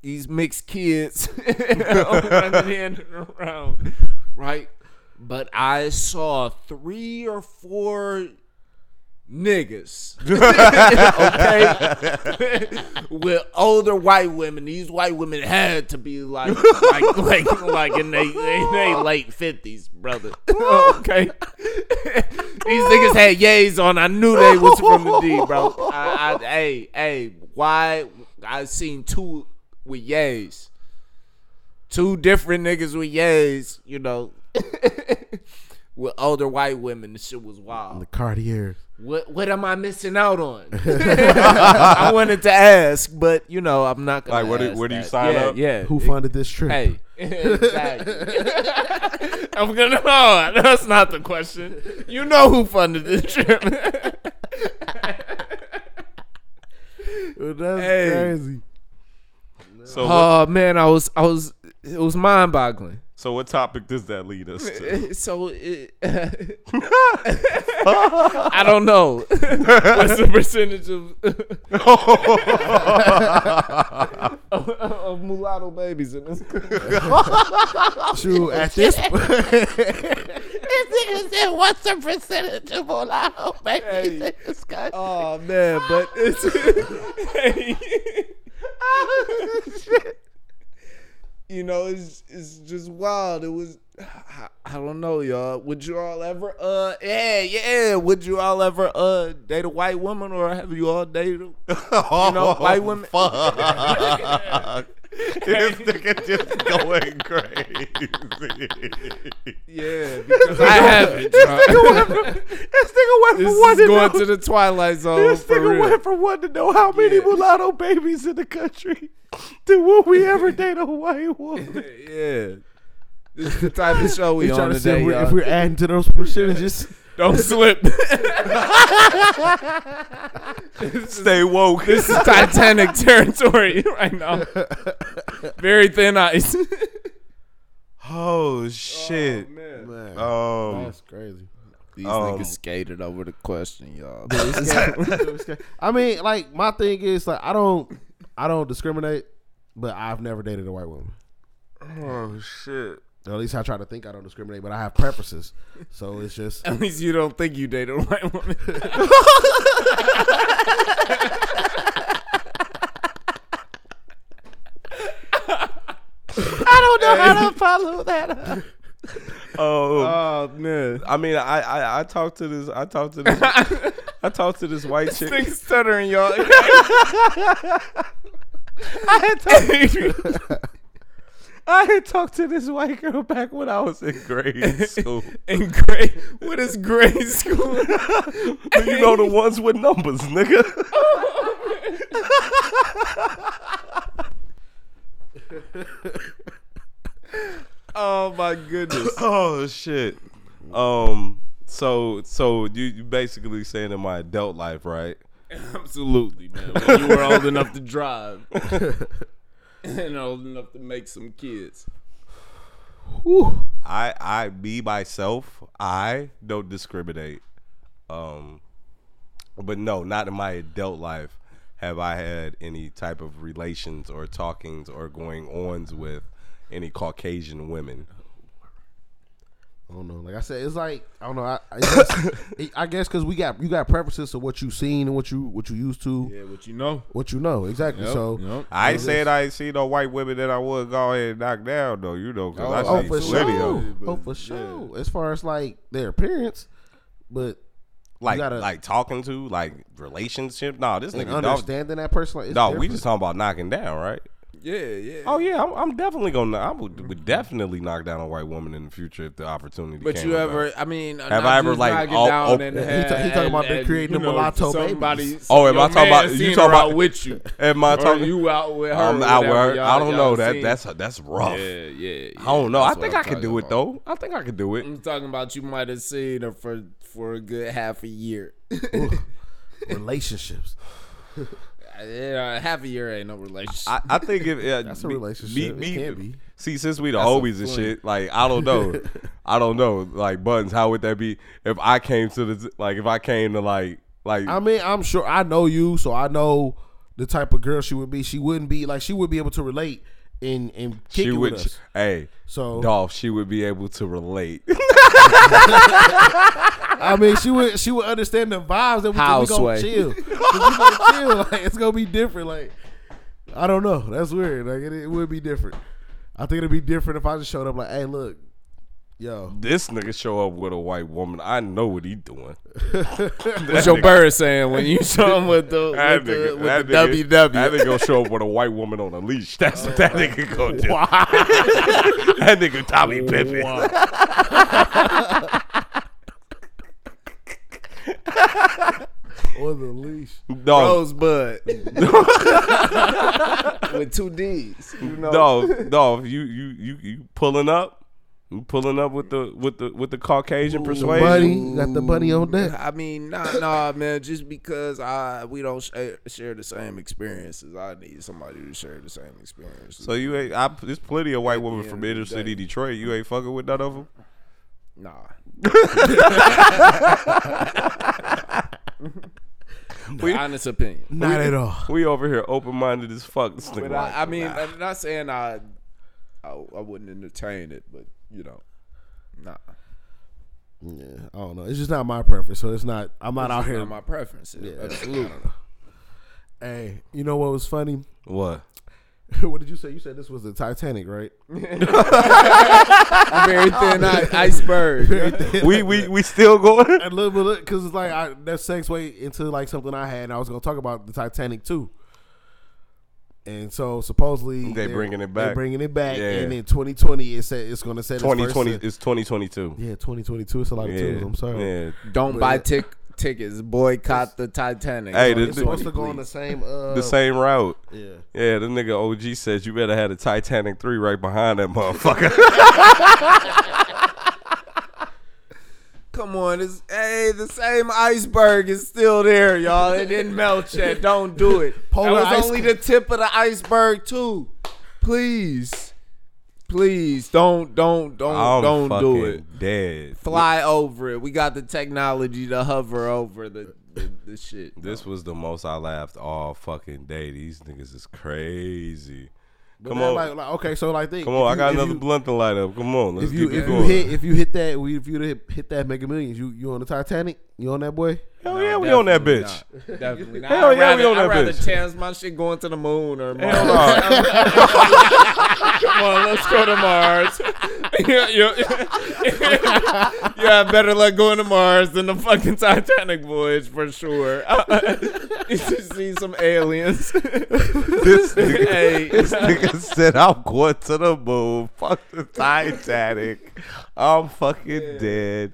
these mixed kids running in and around, right? But I saw three or four niggas, okay, with older white women. These white women had to be like, like, like, like in they, they, they late fifties, brother. Okay, these niggas had yays on. I knew they was from the D, bro. I, I, hey, hey, why? I seen two with yays, two different niggas with yays. You know. With older white women, the shit was wild. The Cartier. What what am I missing out on? I wanted to ask, but you know I'm not gonna. Like, where do- ask where do you that. sign yeah, up? Yeah. Who funded this trip? Hey. exactly. I'm gonna. Oh, that's not the question. You know who funded this trip? Well, that's Hey. crazy. So, what, oh man, I was I was it was mind boggling. so what topic does that lead us to? So it, I don't know. What's the percentage of of, of mulatto babies in this country. Shoot, at this what's the percentage of all our babies Hey. in this country? Oh man, but it's you know it's it's just wild. It was I, I don't know, y'all. Would you all ever uh yeah yeah? Would you all ever uh date a white woman or have you all dated? a- You Oh, know, white women. Fuck. this nigga just going crazy. Yeah, because I haven't. bro. This nigga went This is going to the twilight zone This for nigga real. went from wanting to know how many Yeah. mulatto babies in the country to will we ever date a white woman? yeah, this is the type of show we we trying on to see today, if we're, y'all. if we're adding to those percentages. Don't slip. Stay woke. This is Titanic territory right now. Very thin ice. oh shit. Man, Um, that's crazy. These Um, niggas skated over the question, y'all. I mean, like my thing is like I don't, I don't discriminate, but I've never dated a white woman. oh shit. Or at least I try to think I don't discriminate, but I have preferences. So it's just At least you don't think you dated a white woman. I don't know how to follow that up. Oh, Oh man, I mean, I, I I talked to this. I talked to this. I talked to this white chick. niggas stuttering, y'all. I had talked to this white girl back when I was in grade school. In grade, what is grade school? you know the ones with numbers, nigga. Oh my goodness. oh shit. Oh, Um. So so you you basically saying in my adult life, right? Absolutely, man. When you were old enough to drive and old enough to make some kids. I I be myself. I don't discriminate. Um, but no, not in my adult life have I had any type of relations or talkings or going ons with any Caucasian women. I don't know. Like I said, it's like I don't know. I, I guess- I guess because we got you got preferences of what you seen and what you what you used to, Yeah, what you know. what you know exactly. so I Oh, ain't saying I ain't seen no white women that I would go ahead and knock down though, you know, because Oh, I for see plenty of sure. them. Oh, for sure. As far as like their appearance, but like gotta- like talking to like relationship. Nah, this and nigga dog. understanding that person, like, it's No, we different. just talking about knocking down, right? Mm. Yeah, yeah. Oh yeah, I'm, I'm definitely gonna. I would, would definitely knock down a white woman in the future if the opportunity. But came you about. ever? I mean, Have I ever, like, all- oh, he ta- he talking about they creating the mulatto babies. Oh, am I talking about- you You talking talking about- about with you? Am I Or talking? you out with her? I'm or out with whatever, her. um, I y'all- don't y'all know that. seen. That's that's rough. yeah, yeah. I don't know. yeah, I that's think what I I'm could do talking it about. Mm. though. I think I could do it. I'm talking about you might have seen her for for a good half a year. relationships. yeah, half a year ain't no relationship. I, I think if uh, That's a me- relationship. It can be. See, since we the homies and shit, like I don't know, I don't know. Like buttons, how would that be if I came to the like if I came to like like I mean, I'm sure I know you, so I know the type of girl she would be. She wouldn't be like she would be able to relate and and kick she it would with us. hey So Dolph, she would be able to relate. I mean, she would she would understand the vibes that we, How, we gonna Sway? chill. 'Cause we gonna chill. Like it's gonna be different. Like I don't know. That's weird. Like it, it would be different. I think it'd be different if I just showed up like, hey, look, yo, this nigga show up with a white woman. I know what he doing. What's your bird saying when you show him with the That with the, nigga, with that the nigga, that WW? nigga gonna show up with a white woman on a leash. That's what that nigga gonna do. that nigga Tommy Pippin. on the leash. No, Rosebud with two D's. You know, no, no. You, you, you, you pulling up. You pulling up with the with the with the Caucasian persuasion. Buddy, you got the buddy on deck. I mean, nah, nah, man. Just because I we don't share, share the same experiences, I need somebody to share the same experiences. So you ain't. I, there's plenty of white women end from of the inner city Detroit. You ain't fucking with none of them. nah, We- honest opinion. Not at all. We over here open minded as fuck. This nigga But like, I, I mean, I'm not saying I, I, I wouldn't entertain it, but you know, nah, Yeah, I don't know. It's just not my preference. So it's not. I'm not out It's here. not my preference. Absolutely. hey, you know what was funny? what? what did you say? You said this was the Titanic, right? A very thin i- iceberg. we we we still going. a little bit because it's like I, that sex way into like something I had, and I was gonna talk about the Titanic too. And so supposedly They they're- bringing it They back. bringing it back, Yeah. and in 2020 it said it's gonna set Twenty twenty. Its first, It's twenty twenty two. yeah, 2022. It's a lot of twos. I'm sorry. Yeah. Don't buy tick tickets. Boycott the Titanic. Hey, It's supposed to go on on the same. Uh, The same route. Yeah. Yeah, the nigga OG says you better have a Titanic three right behind that motherfucker. Come on, it's hey, the same iceberg is still there, y'all. It didn't melt yet. Don't do it. Polar that was ice only the tip of the iceberg too. Please, please don't don't don't I'm don't do fucking it. Dead. Fly over it. We got the technology to hover over the the, the shit. This was the most I laughed all fucking day. These niggas is crazy. But Come then, on. Like, like, okay, so like think. Come on, if I got you- if another you- blunt to light up. Come on, let's If you keep it if you going. hit if you hit that if you hit, hit that Mega Millions, you you on the Titanic? You on that boy? Hell yeah, we on that bitch. Nah, definitely. Nah, Hell I'd yeah, we rather- on that I'd rather bitch. chance my shit going to the moon or Mars. Hell nah. Come on, let's go to Mars. you, you, you have better luck going to Mars than the fucking Titanic voyage for sure. you should see some aliens. this nigga, hey, this nigga said I'm going to the moon. Fuck the Titanic. I'm fucking dead.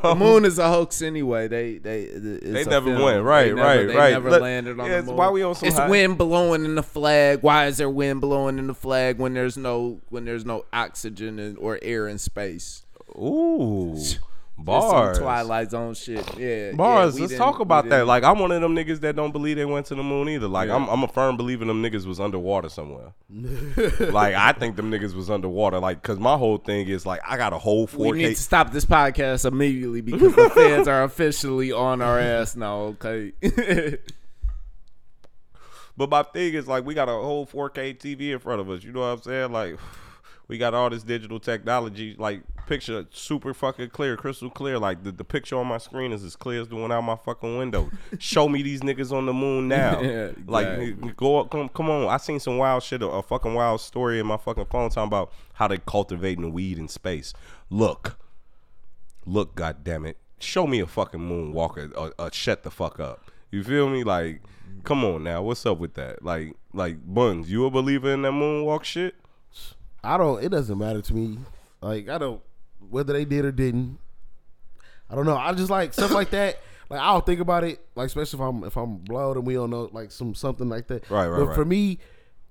the moon is a hoax anyway. They they They never went. Right, they never, right, they right. Never Look, landed on yeah, the it's moon. why we on some It's high- wind blowing in the flag. Why is there wind blowing in the flag when there's no when there's no oxygen and, or air in space? Ooh. It's some Bars. Twilight Zone shit. Yeah. Bars, yeah, we let's didn't- talk we about that. didn't- Like, I'm one of them niggas that don't believe they went to the moon either. Like, I'm, I'm a firm believer them niggas was underwater somewhere. like, I think them niggas was underwater. Like, cause my whole thing is like, I got a whole we need to 4K. stop this podcast immediately because the fans are officially on our ass now. Okay. But my thing is like, we got a whole 4K TV in front of us. You know what I'm saying? Like, we got all this digital technology. Like, picture super fucking clear, crystal clear. Like, the, the picture on my screen is as clear as the one out my fucking window. Show me these niggas on the moon now. Yeah, exactly. Like, go up, come, come on. I seen some wild shit, a, a fucking wild story in my fucking phone talking about how they cultivating weed in space. Look, look, goddamn it, show me a fucking moonwalker. Or, or shut the fuck up. You feel me? Like, come on now, what's up with that? Like, like buns, you a believer in that moonwalk shit? I don't. It doesn't matter to me. Like I don't whether they did or didn't. I don't know. I just like stuff like that. Like I'll think about it. Like especially if I'm if I'm blowed and we don't know like some something like that. Right, right, But right. for me,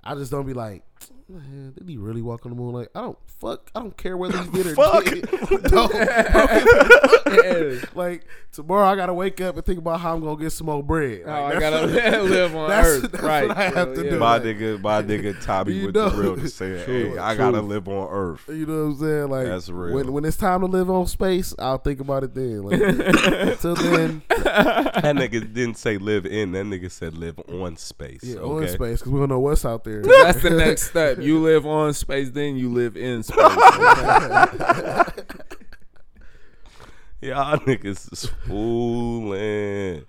I just don't be like. Man, did he really walk on the moon? Like I don't fuck. I don't care whether he did or Fuck. did. No, bro. like tomorrow, I gotta wake up and think about how I'm gonna get some more bread. Oh, I Like, gotta live on that's, Earth, that's right? what I have to Yeah. do. My Like, nigga, my nigga, Tommy You with know. the real to say, hey, I gotta live on Earth. You know what I'm saying? Like That's real. When when it's time to live on space, I'll think about it then. Like, until then, That nigga didn't say live in. That nigga said live on space. yeah, okay? on space because we don't know what's out there. That's the next step. You live on space, then you live in space. Y'all niggas is fooling.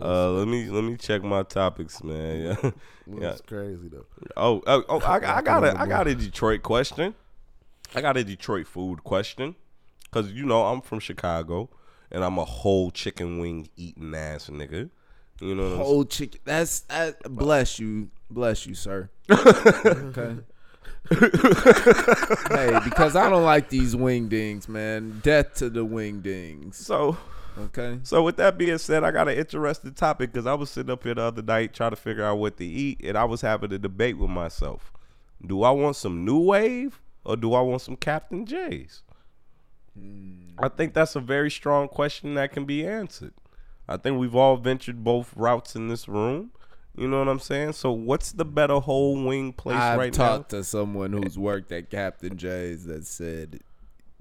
Uh, let me let me check my topics, man. Yeah. yeah. That's crazy though. Oh, oh, oh I, I got a I got a Detroit question. I got a Detroit food question, cause you know I'm from Chicago, and I'm a whole chicken wing eating ass nigga. You know what I'm saying? Whole chicken. That's that, bless you, bless you, sir. okay. hey, because I don't like these wing dings, man. Death to the wing dings. So, Okay. so with that being said, I got an interesting topic because I was sitting up here the other night trying to figure out what to eat, and I was having a debate with myself. Do I want some new wave or do I want some Captain J's? I think that's a very strong question that can be answered. I think we've all ventured both routes in this room. You know what I'm saying? So what's the better whole wing place I've right now? talked to someone who's worked at Captain J's that said,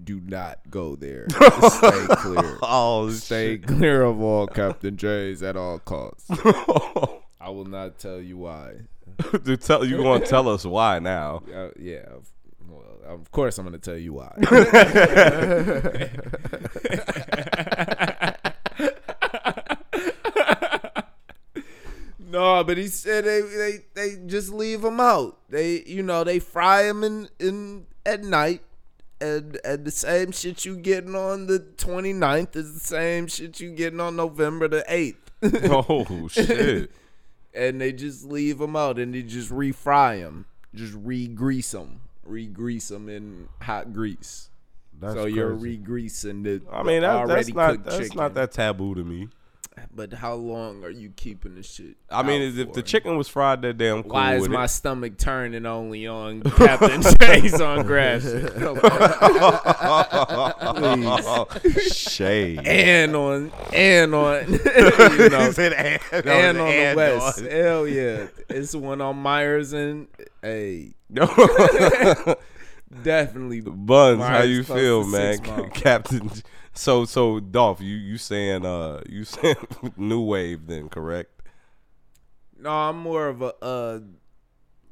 "Do not go there. Stay clear. Oh, Stay shit. clear of all Captain J's at all costs." I will not tell you why. To tell you going to tell us why now? Uh, yeah. of- Well, of course I'm going to tell you why. no, but he said they, they they just leave them out. They you know they fry them in, in at night. And, and the same shit you getting on the 29th is the same shit you getting on November the 8th. Oh shit. and they just leave them out and they just refry them, just re-grease them, re-grease them in hot grease. That's so you're crazy. re-greasing the, I mean, that, that's already not cooked that's chicken. not that taboo to me. But how long are you keeping the shit? I mean, Oh, out is if for? the chicken was fried that damn cool Why is with my it. stomach turning only on Captain Chase on grass? Shade. and on and on you know, and on the west. Hell yeah. It's one on Myers and hey, definitely Buns, how Mine's you close feel, to man, six miles. Captain? So, so Dolph, you you saying uh you saying new wave then, correct? No, I'm more of a uh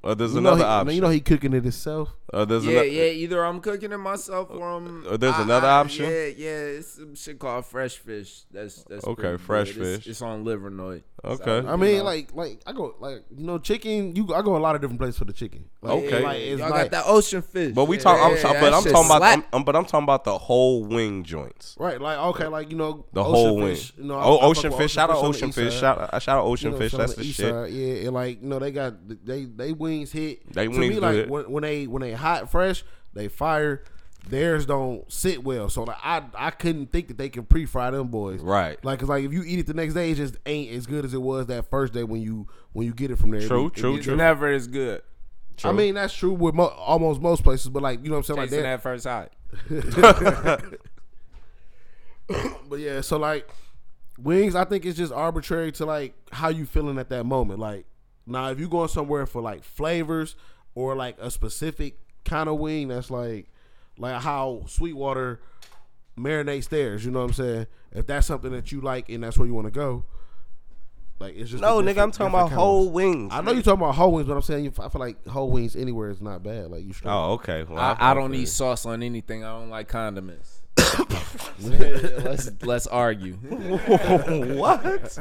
Or Uh, there's You know, another he, I option. mean, you know he cooking it himself. or there's yeah, ano- yeah. Either I'm cooking it myself or I'm. Uh, there's I- another I- option? Yeah, yeah. It's some shit called fresh fish. That's that's Okay, pretty fresh good. It's- fish. It's, on Livernoid. Okay. I mean, like like I go like you know chicken. You I go a lot of different places for the chicken. Like, Okay. like, it's y'all like, got that ocean fish. But we Yeah, talk. I'm, yeah, talk- that but I'm shit talking about. slap. I'm, I'm- but I'm talking about the whole wing joints. right. Like okay, like you know The whole wing. fish, you know, I- oh, I fuck ocean with fish. Shout out on the ocean east fish. side. Shout out, shout out ocean You know, fish. some of That's the east shit. side, yeah, and like you know they got they they wings hit. They to wings me, like good. when, when they when they hot fresh, they fire. Theirs don't sit well, so like I I couldn't think that they can pre fry them boys. Right. Like 'cause, like if you eat it the next day, it just ain't as good as it was that first day when you when you get it from there. True, It be- it true, be- It's never as good. I mean that's true with mo- almost most places, but like you know what I'm saying, Tasting like that. that first hot. but yeah, so like wings, I think it's just arbitrary to like how you feeling at that moment. Like now, if you going somewhere for like flavors or like a specific kind of wing, that's like like how Sweetwater marinates theirs. You know what I'm saying? If that's something that you like and that's where you want to go, like it's just a No, nigga, different- I'm talking different about kind of- whole wings. I know you're talking about whole wings, but I'm saying you, I feel like whole wings anywhere is not bad. Like you straight. Oh, okay. Well, I, I don't need sauce on anything. I don't like condiments. let's let's argue. what?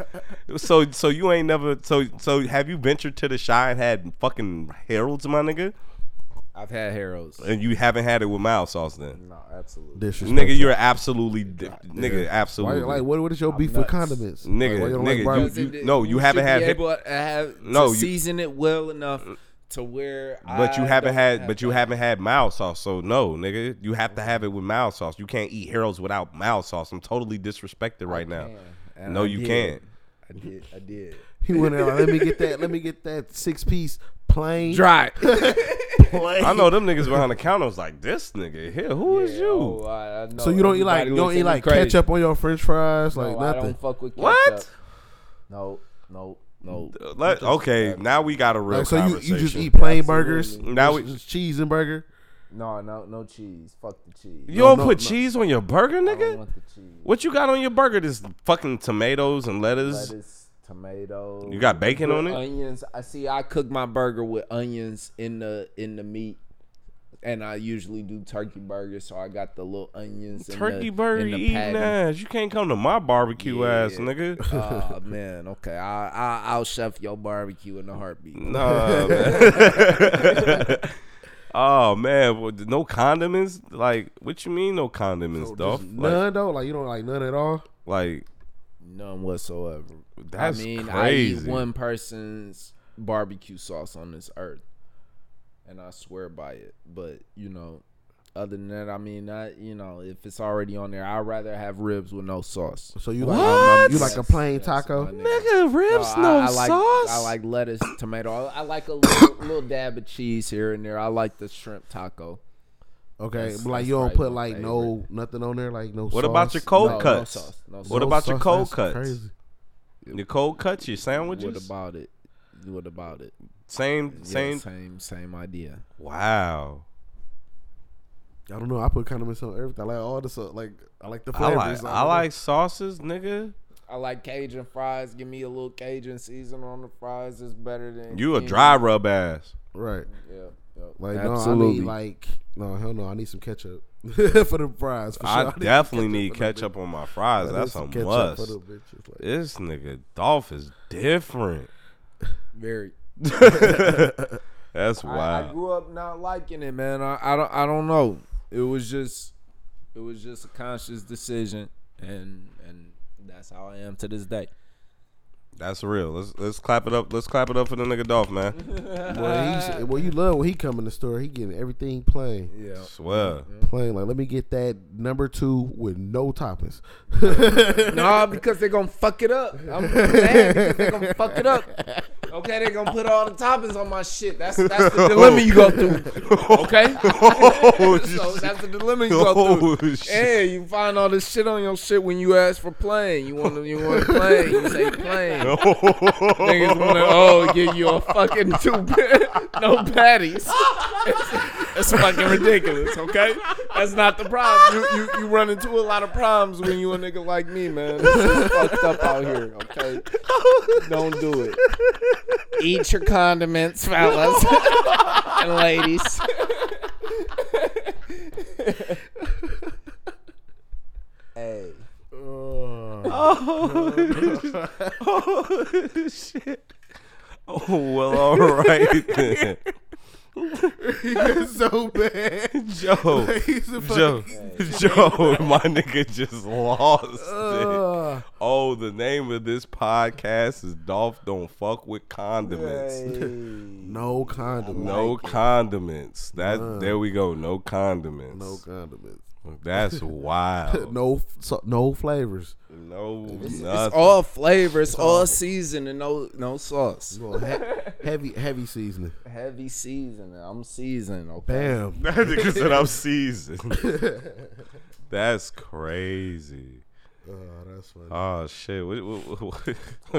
So so you ain't never so so have you ventured to the shy and had fucking Harold's, my nigga, I've had Harrows. and you haven't had it with mild sauce then? No, absolutely. Disrespectful. Nigga, you're absolutely di- nigga, Why, absolutely. like what? What is your beef with nuts. condiments? Nigga, Like, why you don't nigga, barbecue? you- no, you haven't should had Be hip- able to have No, no you- season it well enough to where. But you I haven't don't had, have but you that. haven't had mild sauce, so no, nigga, you have to have it with mild sauce. You can't eat Harold's without mild sauce. I'm totally disrespected right now. And No, I you did. can't. I did. I did. He went in. Like, let me get that. Let me get that six piece plain. dry. plain. I know them niggas behind the counter was like, this nigga here, who is you? Oh, I, I know So you don't eat like everybody you don't looking eat like crazy. ketchup on your French fries, No, like Oh, I nothing. don't fuck with ketchup. What? No, no, no. Let, okay, now we got a real Like so you conversation. you just eat plain Absolutely. burgers. Now Now we- it's just cheese and burger. No, no, no cheese. Fuck the cheese. You don't No, no, put no. cheese on your burger, I don't nigga. want the cheese. What you got on your burger? This fucking tomatoes and lettuce. Lettuce, tomatoes. You got bacon on it. Onions. I see. I cook my burger with onions in the in the meat, and I usually do turkey burgers. So I got the little onions. in the- Turkey burger in the eating patty. ass. You can't come to my barbecue ass, Yeah. nigga. Oh man, okay. I, I I'll chef your barbecue in a heartbeat. Nah, man. oh man, well, no condiments. Like, what you mean no condiments, dog? Like, None though, like you don't like none at all. like, None whatsoever. that's I mean, I eat crazy. one person's barbecue sauce on this earth, and I swear by it. But you know, other than that, I mean, I you know, if it's already on there, I'd rather have ribs with no sauce. So you like What? you like a That's- plain that's my taco. nigga. Nigga, No, ribs, I- no, I, like, sauce. I like lettuce, tomato. I, I like a little, little dab of cheese here and there. I like the shrimp taco. Okay, That's- but like that's you don't probably put my like no nothing on there, like no. What about your cold No, no cuts? sauce, no What sauce. about your cold cuts? Crazy. Your cold cuts, your sandwiches. What about it? What about it? same, Yeah, same. same, same idea. Wow. I don't know. I put condiments on everything. I like all the stuff. Like I like the I flavors. like, don't I know. like sauces, nigga. I like Cajun fries. Give me a little Cajun season on the fries. It's better than You a any- dry rub ass. right. Yeah, yeah. Like no, I Absolutely. need like no hell no. I need some ketchup for the fries. For sure. I need some definitely need for them ketchup on my fries. bitches. I need That's a some ketchup for must. them bitches. Like, This nigga Dolph is different. Very. That's I, I wild. grew up not liking it, man. I, I don't I don't know. It was just it was just a conscious decision, and and that's how I am to this day. That's real. Let's let's clap it up. Let's clap it up for the nigga Dolph, man. well, he's, well, you love when he come in the store. He getting everything plain, Yeah. Swear. plain. Like let me get that number two with no toppings. Uh. No, because they're gonna fuck it up. I'm mad because they're gonna fuck it up. Okay, they're gonna put all the toppings on my shit. That's that's the dilemma you go through. Okay, Oh, so shit. that's the dilemma you go through. Oh, shit. Hey, you find all this shit on your shit when you ask for plain. You want you want plain. You say plain. Niggas want to oh give you a fucking two pa- no patties. That's fucking ridiculous. Okay, that's not the problem. You, you you run into a lot of problems when you a nigga like me, man. This is fucked up out here. Okay, don't do it. Eat your condiments, fellas and ladies. hey. Oh, shit. Oh well, all right then. so bad. Joe, He's a Joe, Joe, my nigga just lost it. Uh, Oh, the name of this podcast is Dolph Don't Fuck with Condiments. no condiments. No condiments. That there we go. No condiments. no condiments. That's wild. no, No f- so, no flavors. nothing. It's all flavors, all season, and no no sauce. Well, he- heavy heavy seasoning. Heavy season. I'm seasoned. Okay. Bam. that nigga said I'm seasoned. That's crazy. Oh, that's funny. Oh shit! What, what,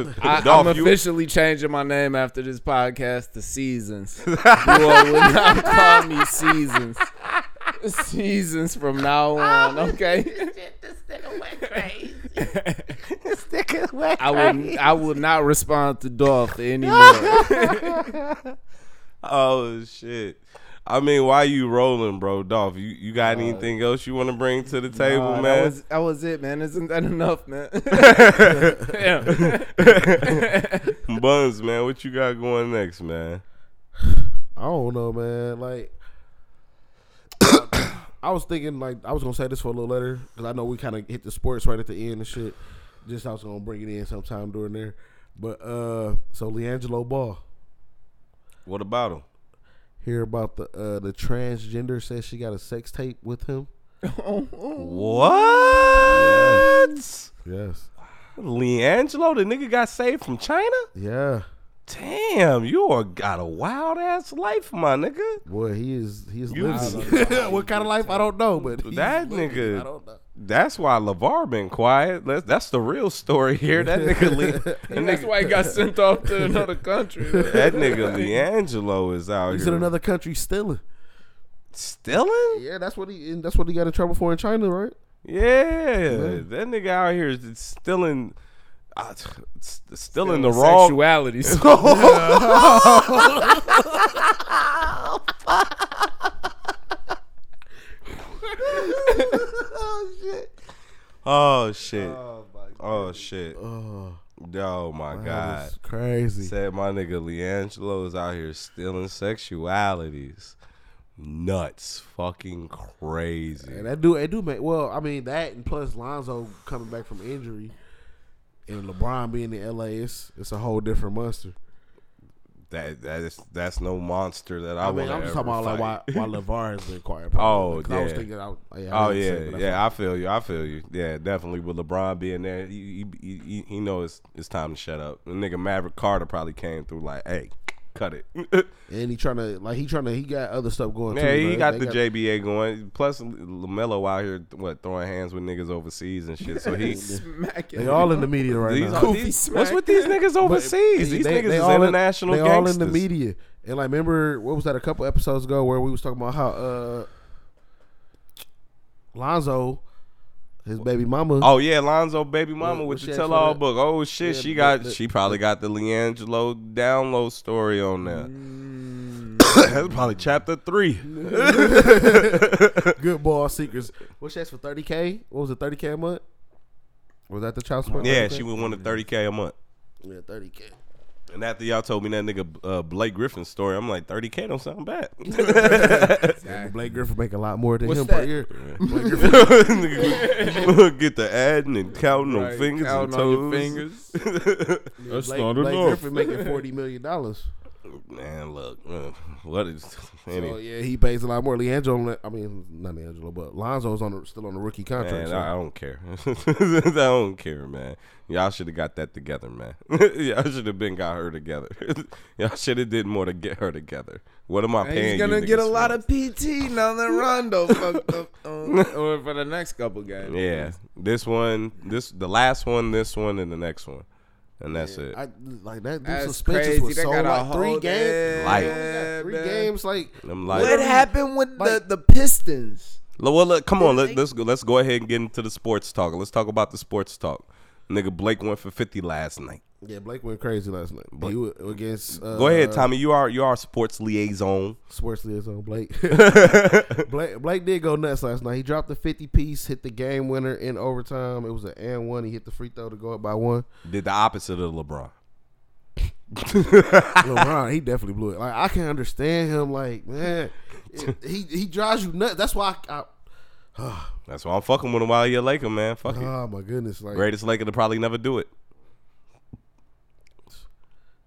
what- I, Dolph, I'm you- officially changing my name after this podcast to Seasons. you all will not call me Seasons. Seasons from now on, okay? Shit, this nigga went crazy. I will I will not respond to Dolph anymore. oh shit! I mean, why you rolling, bro? Dolph, you, you got anything else you want to bring to the table, Nah, That man? was, that was it, man. Isn't that enough, man? Damn. Buns, man, what you got going next, man? I don't know, man. Like, I was thinking, like, I was gonna say this for a little later because I know we kind of hit the sports right at the end and shit. Just I was gonna bring it in sometime during there, but uh, so Leangelo Ball What about him? hear about the uh the transgender says she got a sex tape with him. What? Yes. Leangelo, the nigga got saved from China. Yeah. Damn, you are got a wild ass life, my nigga. Boy, he is he is You- living. what kind of life I don't know, but he's That living it. nigga- I don't know. That's why Levar been quiet. That's, that's the real story here. That nigga, Le- that That's nigga, why he got sent off to another country. that nigga Leangelo is out He's here in another country stealing. stealing. Yeah, that's what he and that's what he got in trouble for in China, right? Yeah, that nigga out here is stealing, uh, stealing the wrong. Sexuality. Oh shit! Oh shit! Oh my god! That's crazy. Said my nigga Leangelo is out here stealing sexualities. Nuts. Fucking crazy. And that do it do make well, I mean that and plus Lonzo coming back from injury and LeBron being in LA, it's, it's a whole different monster. That that is that's no monster that I, I want mean, to I'm just talking about like why why LeVar has been quiet. Oh, 'Cause I was yeah. thinking, I, yeah, I Oh didn't say it, yeah, but that's yeah. I feel you. I feel you. Yeah, definitely. With LeBron being there, he he, he, he knows it's, it's time to shut up. The nigga Maverick Carter probably came through like, "Hey, cut it." And he trying to like he trying to he got other stuff going. yeah, too, he right? got They the JBA going. Plus Lamelo out here what throwing hands with niggas overseas and shit. So he They all in the media right These now. are, Goofy these, smack. what's with these niggas But overseas? they- these they- niggas they is all in- international They all gangsters. in the media. And like, remember what was that a couple episodes ago where we was talking about how uh Lonzo, his baby mama. Oh yeah, Lonzo baby mama What- with what the she tell all actually- book. Oh shit, Yeah, she the- got the- she probably got the Leangelo download story on there. Mm. That's probably chapter three. good ball seekers. What's that for thirty k? What was it? Thirty k a month? Was that the child support? Yeah, she would want a thirty k a month. Yeah, thirty k. And after y'all told me that nigga uh, Blake Griffin's story, I'm like thirty k don't sound bad. Blake Griffin make a lot more than What's him per that? year. Nigga, Get the adding and counting on fingers and Counting on your toes. fingers. That's Blake, Blake Griffin making forty million dollars. Man, look, uh, what is any, So Oh, yeah, he pays a lot more. Leangelo, I mean not Leangelo, but Lonzo's on the, still on the rookie contract. Man, so- I, I don't care. I don't care, man. Y'all should have got that together, man. Y'all should have been got her together. Y'all should have did more to get her together. What am I And paying? he's gonna you get a niggas lot for? of PT now that Rondo fucked up um, or for the next couple games. Yeah, this one, this the last one, this one, and the next one, and that's it. I like that. Dude That's suspensions crazy. was They so got a like three whole- games. Light. Yeah, three man. games. Like I'm What like, happened with Like- the, the Pistons? Lo- well, look, come on, let, let's go, let's go ahead and get into the sports talk. Let's talk about the sports talk. Nigga Blake went for fifty last night. yeah, Blake went crazy last night. But he was against. Uh, Go ahead, Tommy. You are you are sports liaison. Sports is on Blake. Blake. Blake did go nuts last night. He dropped the fifty piece, hit the game winner in overtime. It was an and one. He hit the free throw to go up by one. Did the opposite of LeBron. LeBron, he definitely blew it. Like I can understand him. Like man, it- he he drives you nuts. That's why. I, I That's why I'm fucking with him while you're a Laker, man. Fuck it. oh my goodness, like Greatest Laker to probably never do it.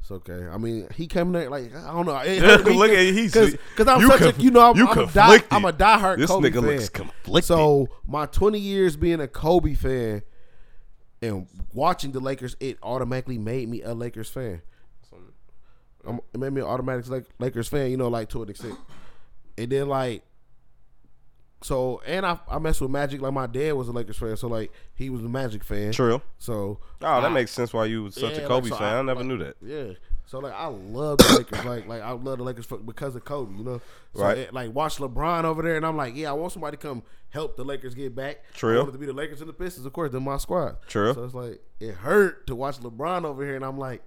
it's okay. I mean, he came there like I don't know. It hurt me Look at he's Cause, cause I'm you such conf- a you know I'm, you I'm, a, die, conflicted. I'm a diehard This Kobe nigga fan. looks conflicted. So my 20 years being a Kobe fan and watching the Lakers, it automatically made me a Lakers fan. Um, it made me an automatic Lak- Lakers fan, you know, like to an extent. And then like So and I I mess with Magic like my dad was a Lakers fan, so like he was a Magic fan. True. So Oh, that makes sense. Why you was such Yeah, a like, Kobe so fan? I, I- never like- knew that. Yeah. So like I love the Lakers, like like I love the Lakers for, because of Kobe, you know. So, Right. it- like watch LeBron over there, and I'm like, yeah, I want somebody to come help the Lakers get back. True. I wanted to be the Lakers and the Pistons, of course. They're my squad. True. So it's like it hurt to watch LeBron over here, and I'm like,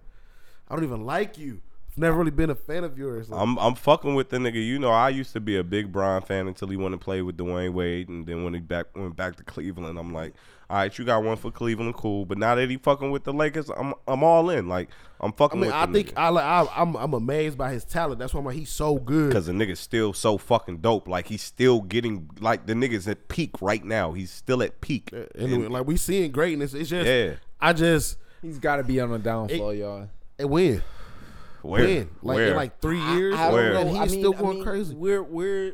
I don't even like you. I've never really been a fan of yours. Like, I'm I'm fucking with the nigga. You know, I used to be a big Brian fan until he went and played with Dwayne Wade, and then when he back went back to Cleveland, I'm like, all right, you got one for Cleveland, cool. But now that he fucking with the Lakers, I'm I'm all in. Like I'm I fucking mean, with. I the think nigga. I, like, I I'm I'm amazed by his talent. That's why I'm like, he's so good. Cause the nigga's still so fucking dope. Like he's still getting like the nigga's at peak right now. He's still at peak. And, like we seeing greatness. It's just Yeah. I just He's got to be on the downfall, y'all. it win. Where? Win. Like Where? in like three years. I, I Where? don't And know. he's I mean, still I going mean, crazy. Where where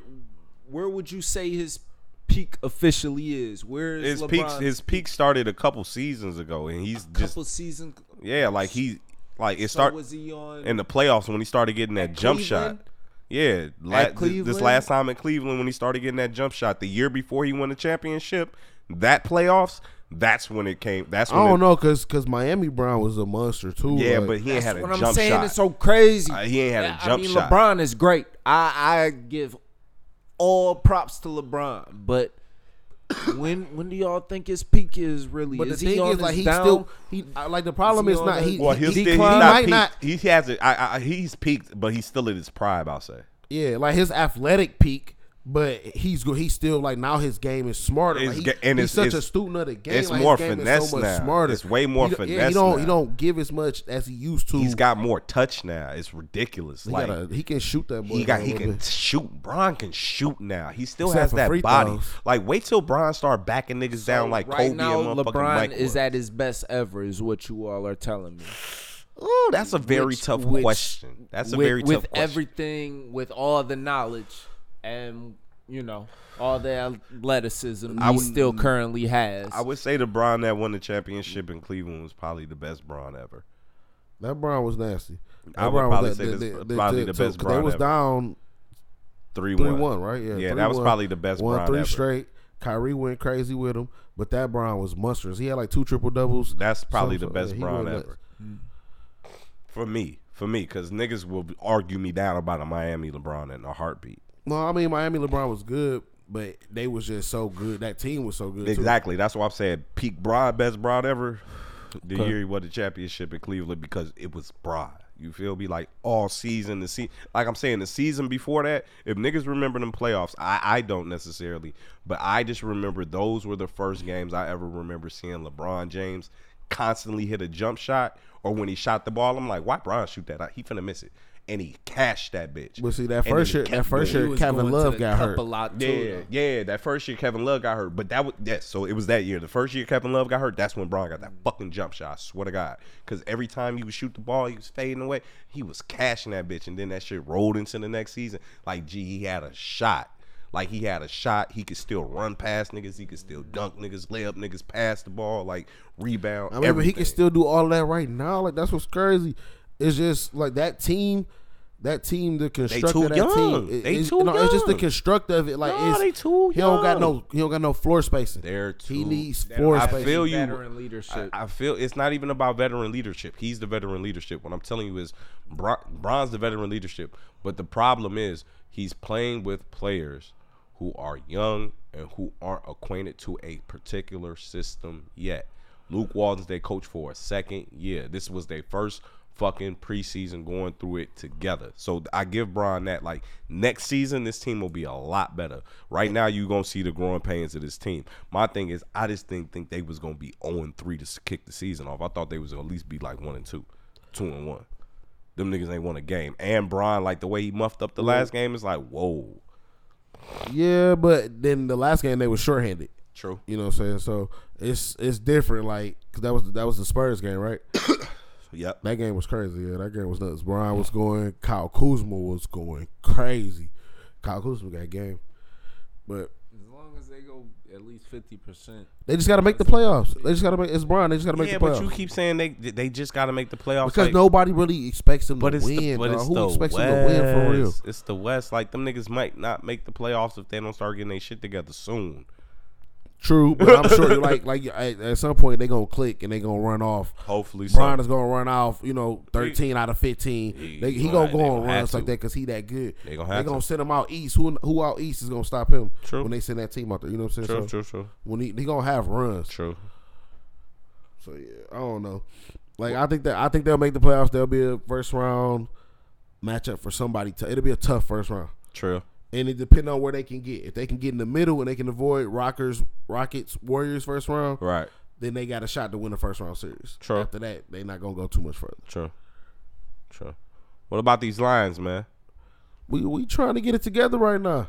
where would you say his peak officially is? Where his is LeBron? peaks. His peak started a couple seasons ago, and he's just couple seasons. yeah. Like he like it So start was he on? in the playoffs when he started getting that jump shot. Cleveland? Yeah, la- th- this Cleveland? last time in Cleveland when he started getting that jump shot the year before he won the championship, that playoffs, that's when it came. That's when I it, don't know, cause cause Miami Brown was a monster too. Yeah, like- but he ain't That's had a what I'm jump saying. shot. It's so crazy. Uh, he ain't had a Yeah, jump I mean, shot. LeBron is great. I I give all props to LeBron, but when when do y'all think his peak is really? but the is he thing on is like his he down? still he I- like the problem Is is, he on not the- he, well, he, he's he, still, he's he not might peaked. not He has it. I, I, he's peaked, but he's still at his prime. I'll say yeah like his athletic peak. But he's go- he's still like now his game is smarter. Like, It's he- ga- and he's it's- such a it's- student of the game. it's like, his more game is finesse so much now. Smarter. It's way more he, don't- Yeah, finesse he don't now. he don't give as much as he used to. he's got more touch now. It's ridiculous. he, like got a, he can shoot that boy. he got a he little can bit. shoot. Bron can shoot now. He still Except has for that free body. throws. Like wait till Bron start backing niggas down like right Kobe now, and motherfucking LeBron Mike is was. at his best ever, is what you all are telling me. Ooh, that's a very Which- tough which- question. That's a with, very with tough question. everything, with all the knowledge, and you know all the athleticism he would- still currently has. I would say the Bron that won the championship in Cleveland was probably the best Bron ever. That Brown was nasty. That I would Brown probably was say that- this that- is probably that- the best 'cause They Bron was ever. down Three three one. one, right? Yeah, yeah, that was 3-1. probably the best Won Bron three ever. straight. Kyrie went crazy with him, but that Brown was monstrous. He had like two triple doubles. That's probably the So- so, best yeah, he Bron went ever. nuts. For me, for me, because niggas will argue me down about a Miami LeBron in a heartbeat. No, I mean Miami LeBron was good, but they was just so good. That team was so good. too. Exactly. That's why I'm saying peak Bron, best Bron ever. The year he won the championship in Cleveland because it was Bron. You feel me? Like all season, the se- like I'm saying, the season before that, if niggas remember them playoffs, I, I don't necessarily, but I just remember those were the first games I ever remember seeing LeBron James constantly hit a jump shot or when he shot the ball. I'm like, why Bron shoot that? He finna miss it. And he cashed that bitch. But see And that then first he year, kept that first doing it. year Kevin Love got hurt. a lot too. Yeah, yeah. That first year Kevin Love got hurt, but that was yes. So it was that year. The first year Kevin Love got hurt, that's when Bron got that fucking jump shot. I swear to God, because every time he would shoot the ball, he was fading away. He was cashing that bitch, and then that shit rolled into the next season. Like, gee, he had a shot. Like he had a shot. He could still run past niggas. He could still dunk niggas, lay up niggas, pass the ball, like rebound. I mean, but he everything. can still do all that right now. Like that's what's crazy. It's just like that team, that team, the construct too of that young. team. it- They it's, too no, It's just the young. construct of it. Like Nah, it's, they too He don't young. got no. He don't got no floor spacing. They're he too- needs They floor don't have spacing. feel you. Veteran leadership. I, I feel it's not even about veteran leadership. He's the veteran leadership. What I'm telling you is, Bron, Bron's the veteran leadership. But the problem is, he's playing with players who are young and who aren't acquainted to a particular system yet. Luke Walton's they coach for a second year. This was their first fucking preseason going through it together. So I give Bron that. Like next season, this team will be a lot better. Right now, you gonna see the growing pains of this team. My thing is, I just didn't think they was gonna be 0 3 to s- kick the season off. I thought they was gonna at least be like one and two, two and one. Them niggas ain't won a game. And Bron, like the way he muffed up the last game, is like whoa. Yeah, but then the last game they were shorthanded. True. You know what I'm saying? So it's it's different. Like 'cause that was that was the Spurs game, right? Yep. That game was crazy. Yeah, that game was nuts. Brian was going. Kyle Kuzma was going crazy. Kyle Kuzma got game. But As long as they go at least fifty percent. they just got to make the playoffs. They just got to make. It's Brian. They just got to make yeah, the playoffs. but you keep saying they they just got to make the playoffs because like, nobody really expects them But to it's win. the, but dog. it's Who the expects West. them to win for real? It's the West. Like them niggas might not make the playoffs if they don't start getting their shit together soon. True, but I'm sure like like at, at some point they gonna click and they gonna run off. Hopefully, Brian so. is gonna run off, you know, 13 out of 15. He- They, he he gonna- gonna go they on gonna have runs like to. that because he that good. They gonna have they gonna to. send him out east. Who who out east is gonna stop him True. when they send that team out there? You know what I'm saying? True, so true, true, When he, he gonna have runs. true. So yeah, I don't know. Like I think that I think they'll make the playoffs. There'll be a first round matchup for somebody. T- it'll be a tough first round. True. And it depends on where they can get. If they can get in the middle and they can avoid Rockers, Rockets, Warriors first round, Right. then they got a shot to win the first round series. True. After that, they not gonna go too much further. True. True. What about these lines, man? We we trying to get it together right now.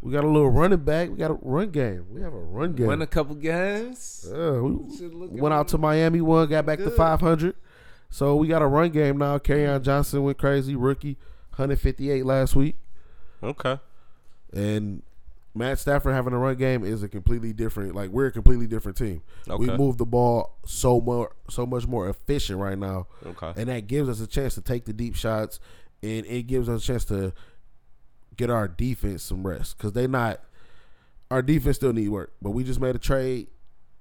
We got a little running back. We got a run game. We have a run game. Win a couple games. Yeah, we Shit looking went out to Miami, won, got back to good. 500. So we got a run game now. Carryon Johnson went crazy, rookie, 158 last week. Okay. And Matt Stafford having a run game is a completely different. Like we're a completely different team. We Okay. move the ball so more, so much more efficient right now, Okay. and that gives us a chance to take the deep shots, and it gives us a chance to get our defense some rest because they not. Our defense still need work, but we just made a trade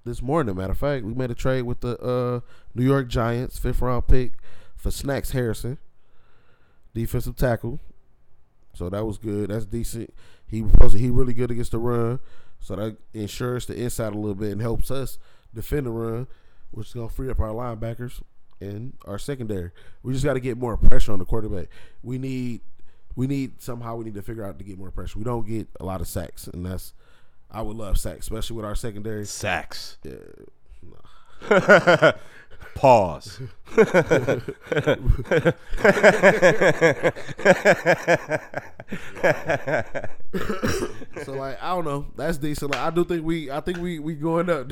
this morning. Matter of fact, we made a trade with the uh, New York Giants, fifth round pick for Snacks Harrison, defensive tackle. So that was good. That's decent. He was he really good against the run, so that ensures the inside a little bit and helps us defend the run, which is gonna free up our linebackers and our secondary. We just got to get more pressure on the quarterback. We need we need somehow we need to figure out to get more pressure. We don't get a lot of sacks, and that's I would love sacks, especially with our secondary. Sacks. Yeah, nah. Pause. So like I don't know. That's decent. Like I do think we I think we we going up.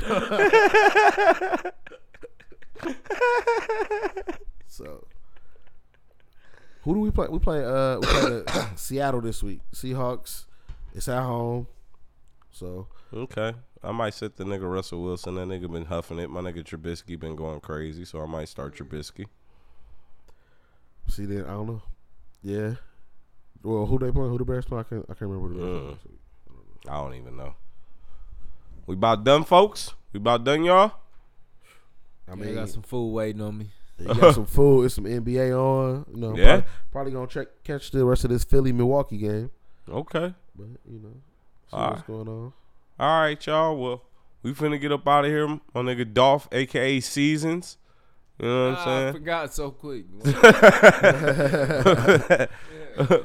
so who do we play? We play uh we play uh, Seattle this week. Seahawks. It's at home. So okay. I might sit the nigga Russell Wilson. That nigga been huffing it. My nigga Trubisky been going crazy, so I might start Trubisky. see then I don't know. Yeah. Well, who they playing? Who the Bears play? I can't I can't remember who the Bears play. Mm. I don't even know. We about done, folks. We about done, y'all. I I mean, got some food waiting on me. you got some food. It's some NBA on. You know, Yeah. probably, probably gonna check, catch the rest of this Philly Milwaukee game. Okay. But you know, see All what's going on. All right, y'all. Well, we finna get up out of here. My nigga Dolph, aka Seasons. You know Ah, I what I'm saying? forgot so quick.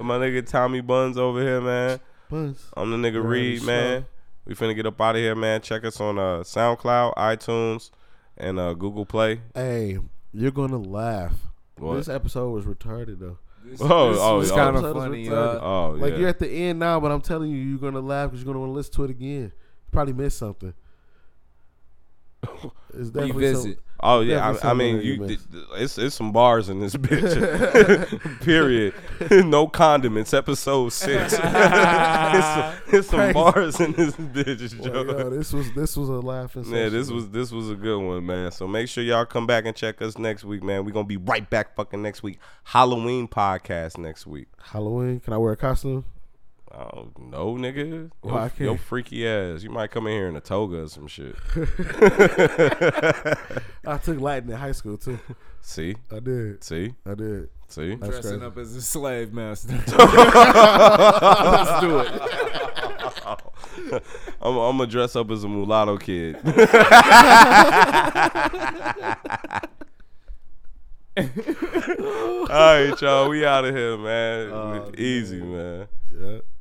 My nigga Tommy Buns over here, man. Buns. I'm the nigga Word Reed, is man. We finna get up out of here, man. Check us on uh, SoundCloud, iTunes, and uh, Google Play. Hey, you're gonna laugh. What? This episode was retarded though. This, Oh, this oh, was oh. kind This of was funny. retarded. Uh, Oh, Like yeah. you're at the end now, but I'm telling you, you're gonna laugh because you're gonna want to listen to it again. You probably missed something. It's definitely revisit. Oh yeah, Definitely I, I mean, something you, that you th- th- it's it's some bars in this bitch. Period. no condiments. Episode six. it's, some- it's some Crazy. bars in this bitch, Some, Joe. Well, yo, this was this was a laughing. yeah, session. this was this was a good one, man. So make sure y'all come back and check us next week, man. We gonna be right back, fucking next week. Halloween podcast next week. Halloween. Can I wear a costume? Oh no, nigga, Why I yo, can't? yo freaky ass. You might come in here in a toga or some shit. I took Latin in high school too. See, I did. see, I did. see. That's dressing crazy. up as a slave master. Let's do it. I'm, I'm gonna dress up as a mulatto kid. All right, y'all. We out of here, Oh, man. Easy, man. Yeah.